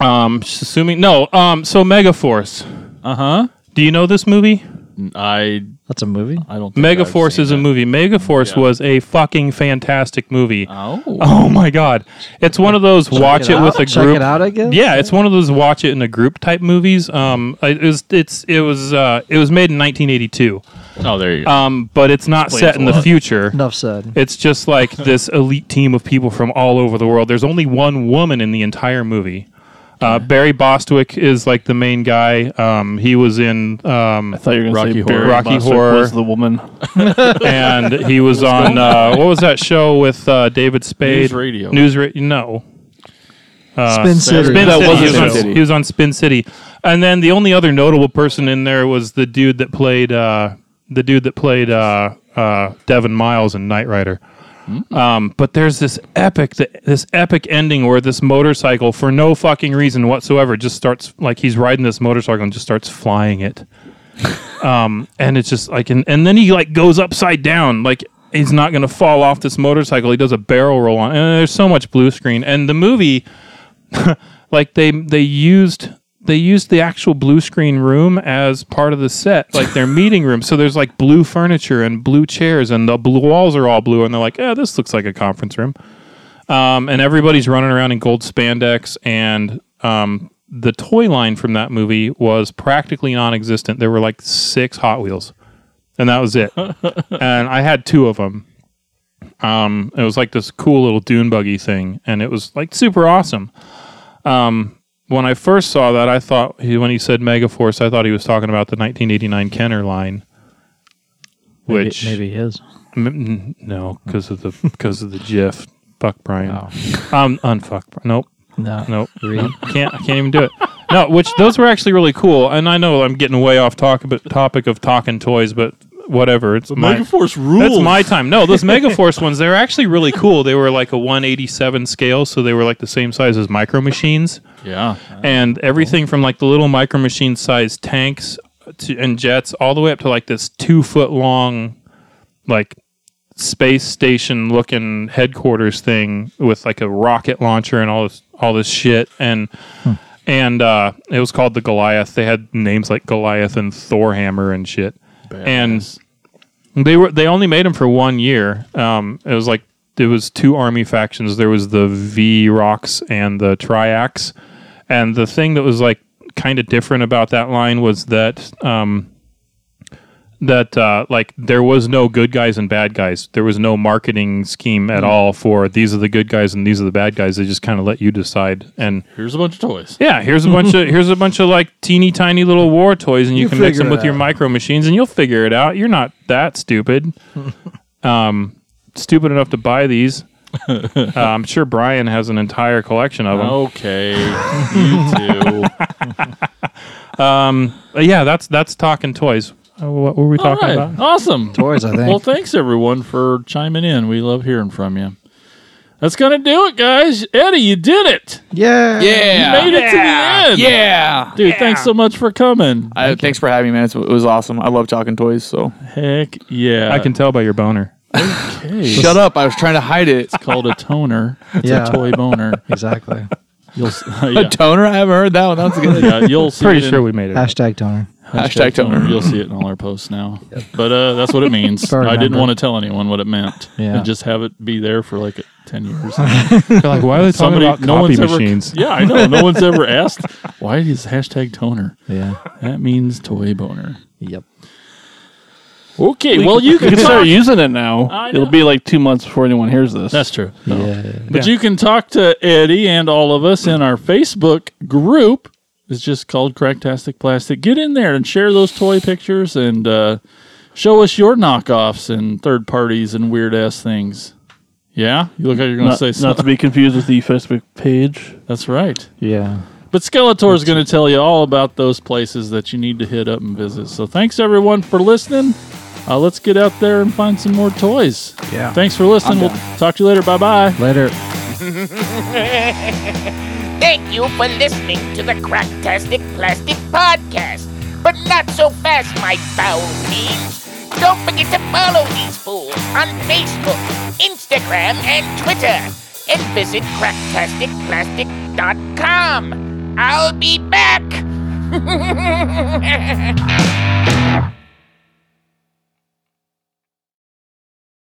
[SPEAKER 5] Um, assuming no. Um, so Megaforce.
[SPEAKER 2] Uh huh.
[SPEAKER 5] Do you know this movie?
[SPEAKER 2] I
[SPEAKER 3] That's a movie.
[SPEAKER 2] I don't. Think I've
[SPEAKER 5] Megaforce
[SPEAKER 2] seen
[SPEAKER 5] is a
[SPEAKER 2] that.
[SPEAKER 5] movie. Megaforce
[SPEAKER 2] Yeah.
[SPEAKER 5] was a fucking fantastic movie.
[SPEAKER 2] Oh.
[SPEAKER 5] Oh my god. It's one of those watch it,
[SPEAKER 3] out.
[SPEAKER 5] with a
[SPEAKER 3] Check
[SPEAKER 5] group.
[SPEAKER 3] it out, I guess?
[SPEAKER 5] Yeah, it's one of those watch it in a group type movies. Um it was it's it was uh it was made in 1982.
[SPEAKER 2] Oh, there you go.
[SPEAKER 5] Um but it's not
[SPEAKER 2] Explains
[SPEAKER 5] set
[SPEAKER 2] a
[SPEAKER 5] in the
[SPEAKER 2] lot.
[SPEAKER 5] future.
[SPEAKER 3] Enough said.
[SPEAKER 5] It's just like this elite team of people from all over the world. There's only one woman in the entire movie. Uh, Barry Bostwick is like the main guy. Um, he was in um,
[SPEAKER 6] I thought you were going
[SPEAKER 2] Rocky
[SPEAKER 6] to say
[SPEAKER 2] Horror.
[SPEAKER 6] Barry
[SPEAKER 5] Rocky
[SPEAKER 6] Bostwick
[SPEAKER 5] Horror.
[SPEAKER 6] was the woman.
[SPEAKER 5] and he was on uh, what was that show with uh, David Spade?
[SPEAKER 2] News Radio.
[SPEAKER 5] News ra- no.
[SPEAKER 3] Spin City.
[SPEAKER 5] Spin
[SPEAKER 6] That
[SPEAKER 5] City.
[SPEAKER 6] was
[SPEAKER 5] he, was
[SPEAKER 6] Spin
[SPEAKER 5] on,
[SPEAKER 6] City.
[SPEAKER 5] he was on Spin City, and then the only other notable person in there was the dude that played uh, the dude that played uh, uh, Devin Miles in Knight Rider. Um, but there's this epic this epic ending where this motorcycle, for no fucking reason whatsoever, just starts like he's riding this motorcycle and just starts flying it. um, and it's just like, and, and then he like goes upside down, like he's not gonna fall off this motorcycle. He does a barrel roll on, and there's so much blue screen. And the movie, like they they used they used the actual blue screen room as part of the set, like their meeting room. So there's like blue furniture and blue chairs, and the blue walls are all blue. And they're like, yeah, this looks like a conference room. Um, and everybody's running around in gold spandex, and um, the toy line from that movie was practically non-existent. There were like six Hot Wheels, and that was it. and I had two of them. Um, it was like this cool little dune buggy thing, and it was like super awesome Um, when I first saw that, I thought he, when he said Megaforce, I thought he was talking about the 1989 Kenner line,
[SPEAKER 3] Maybe-
[SPEAKER 5] which
[SPEAKER 3] maybe it is.
[SPEAKER 5] M- n- no, because of the because of the GIF. Fuck Brian.
[SPEAKER 2] Oh.
[SPEAKER 5] Um, unfuck. Nope.
[SPEAKER 3] No.
[SPEAKER 5] Nope. nope. Can't. I can't even do it. No. Which those were actually really cool. And I know I'm getting way off talk, but topic of talking toys, but whatever. It's my
[SPEAKER 2] Megaforce rules.
[SPEAKER 5] that's my time. No, those Megaforce ones, they were actually really cool. They were like a 187 scale, so they were like the same size as Micro Machines
[SPEAKER 2] Yeah.
[SPEAKER 5] Uh-huh. and everything from like the little micro machine sized tanks to, and jets all the way up to like this two foot long like space station looking headquarters thing with like a rocket launcher and all this all this shit and and uh, it was called the Goliath. They had names like Goliath and Thorhammer and shit. And they were they only made them for one year. Um, it was like there was two army factions. There was the V Rocks and the Triax. And the thing that was like kind of different about that line was that um, that uh, like there was no good guys and bad guys. There was no marketing scheme
[SPEAKER 3] Mm.
[SPEAKER 5] at all for these are the good guys and these are the bad guys. They just kind of let you decide and.
[SPEAKER 2] Here's a bunch of toys.
[SPEAKER 5] Yeah, here's a bunch of here's a bunch of like teeny tiny little war toys, and you,
[SPEAKER 3] You
[SPEAKER 5] can mix
[SPEAKER 3] figure
[SPEAKER 5] them
[SPEAKER 3] it
[SPEAKER 5] with your
[SPEAKER 3] out.
[SPEAKER 5] micro machines, and you'll figure it out. You're not that stupid, um, stupid enough to buy these. Uh, I'm sure Brian has an entire collection
[SPEAKER 3] Oh,
[SPEAKER 5] of them.
[SPEAKER 2] Okay. you too.
[SPEAKER 5] But yeah, that's that's talking toys. Uh, what were we
[SPEAKER 2] All
[SPEAKER 5] talking
[SPEAKER 2] right.
[SPEAKER 5] about?
[SPEAKER 2] Awesome.
[SPEAKER 3] Toys, I think.
[SPEAKER 2] Well, thanks everyone for chiming in. We love hearing from you. That's gonna do it, guys. Eddie, you did it.
[SPEAKER 3] yeah.
[SPEAKER 4] Yeah.
[SPEAKER 2] Made it to the end.
[SPEAKER 4] Yeah.
[SPEAKER 2] Dude, thanks so much for coming.
[SPEAKER 4] I, thanks for having me, man. It's, it was awesome. I love talking toys. So
[SPEAKER 2] Heck yeah.
[SPEAKER 5] I can tell by your boner.
[SPEAKER 2] Okay.
[SPEAKER 4] shut up. I was trying to hide it.
[SPEAKER 2] called a toner. It's
[SPEAKER 3] Yeah.
[SPEAKER 2] a toy boner.
[SPEAKER 3] Exactly.
[SPEAKER 2] You'll s-
[SPEAKER 4] A
[SPEAKER 2] yeah.
[SPEAKER 4] toner? I haven't heard that one. That's a good
[SPEAKER 2] yeah, you'll see
[SPEAKER 5] Pretty
[SPEAKER 2] it in-
[SPEAKER 5] sure we made it.
[SPEAKER 3] Hashtag toner.
[SPEAKER 4] hashtag toner.
[SPEAKER 2] You'll see it in all our posts now. But uh, that's what it means.
[SPEAKER 3] Burn
[SPEAKER 2] I didn't
[SPEAKER 3] number.
[SPEAKER 2] want to tell anyone what it meant.
[SPEAKER 3] Yeah.
[SPEAKER 2] And just have it be there for like 10 years.
[SPEAKER 5] like, why are they talking about copy machines?
[SPEAKER 2] Ever, yeah, I know. No one's ever asked, why is hashtag toner?
[SPEAKER 3] Yeah.
[SPEAKER 2] That means toy boner.
[SPEAKER 3] Yep.
[SPEAKER 2] Okay, well, you
[SPEAKER 6] You
[SPEAKER 2] can
[SPEAKER 6] can start
[SPEAKER 2] talk.
[SPEAKER 6] using it now.
[SPEAKER 2] I
[SPEAKER 6] It'll
[SPEAKER 2] know.
[SPEAKER 6] be like two months before anyone hears this.
[SPEAKER 2] That's true.
[SPEAKER 3] Yeah.
[SPEAKER 2] But
[SPEAKER 5] Yeah.
[SPEAKER 2] you can talk to Eddie and all of us in our Facebook group. It's just called Cracktastic Plastic. Get in there and share those toy pictures and uh, show us your knockoffs and third parties and weird ass things. Yeah, you look like you're going to
[SPEAKER 6] not,
[SPEAKER 2] say
[SPEAKER 6] not to
[SPEAKER 2] something.
[SPEAKER 6] be confused with the Facebook page.
[SPEAKER 2] That's right.
[SPEAKER 3] Yeah.
[SPEAKER 2] But Skeletor is going to tell you all about those places that you need to hit up and visit. So thanks everyone for listening. Uh, let's get out there and find some more toys.
[SPEAKER 3] Yeah.
[SPEAKER 2] Thanks for listening. We'll talk to you later. Bye bye.
[SPEAKER 3] Later.
[SPEAKER 1] Thank you for listening to the Cracktastic Plastic Podcast. But not so fast, my foul fiends. Don't forget to follow these fools on Facebook, Instagram, and Twitter. And visit cracktasticplastic.com. I'll be back.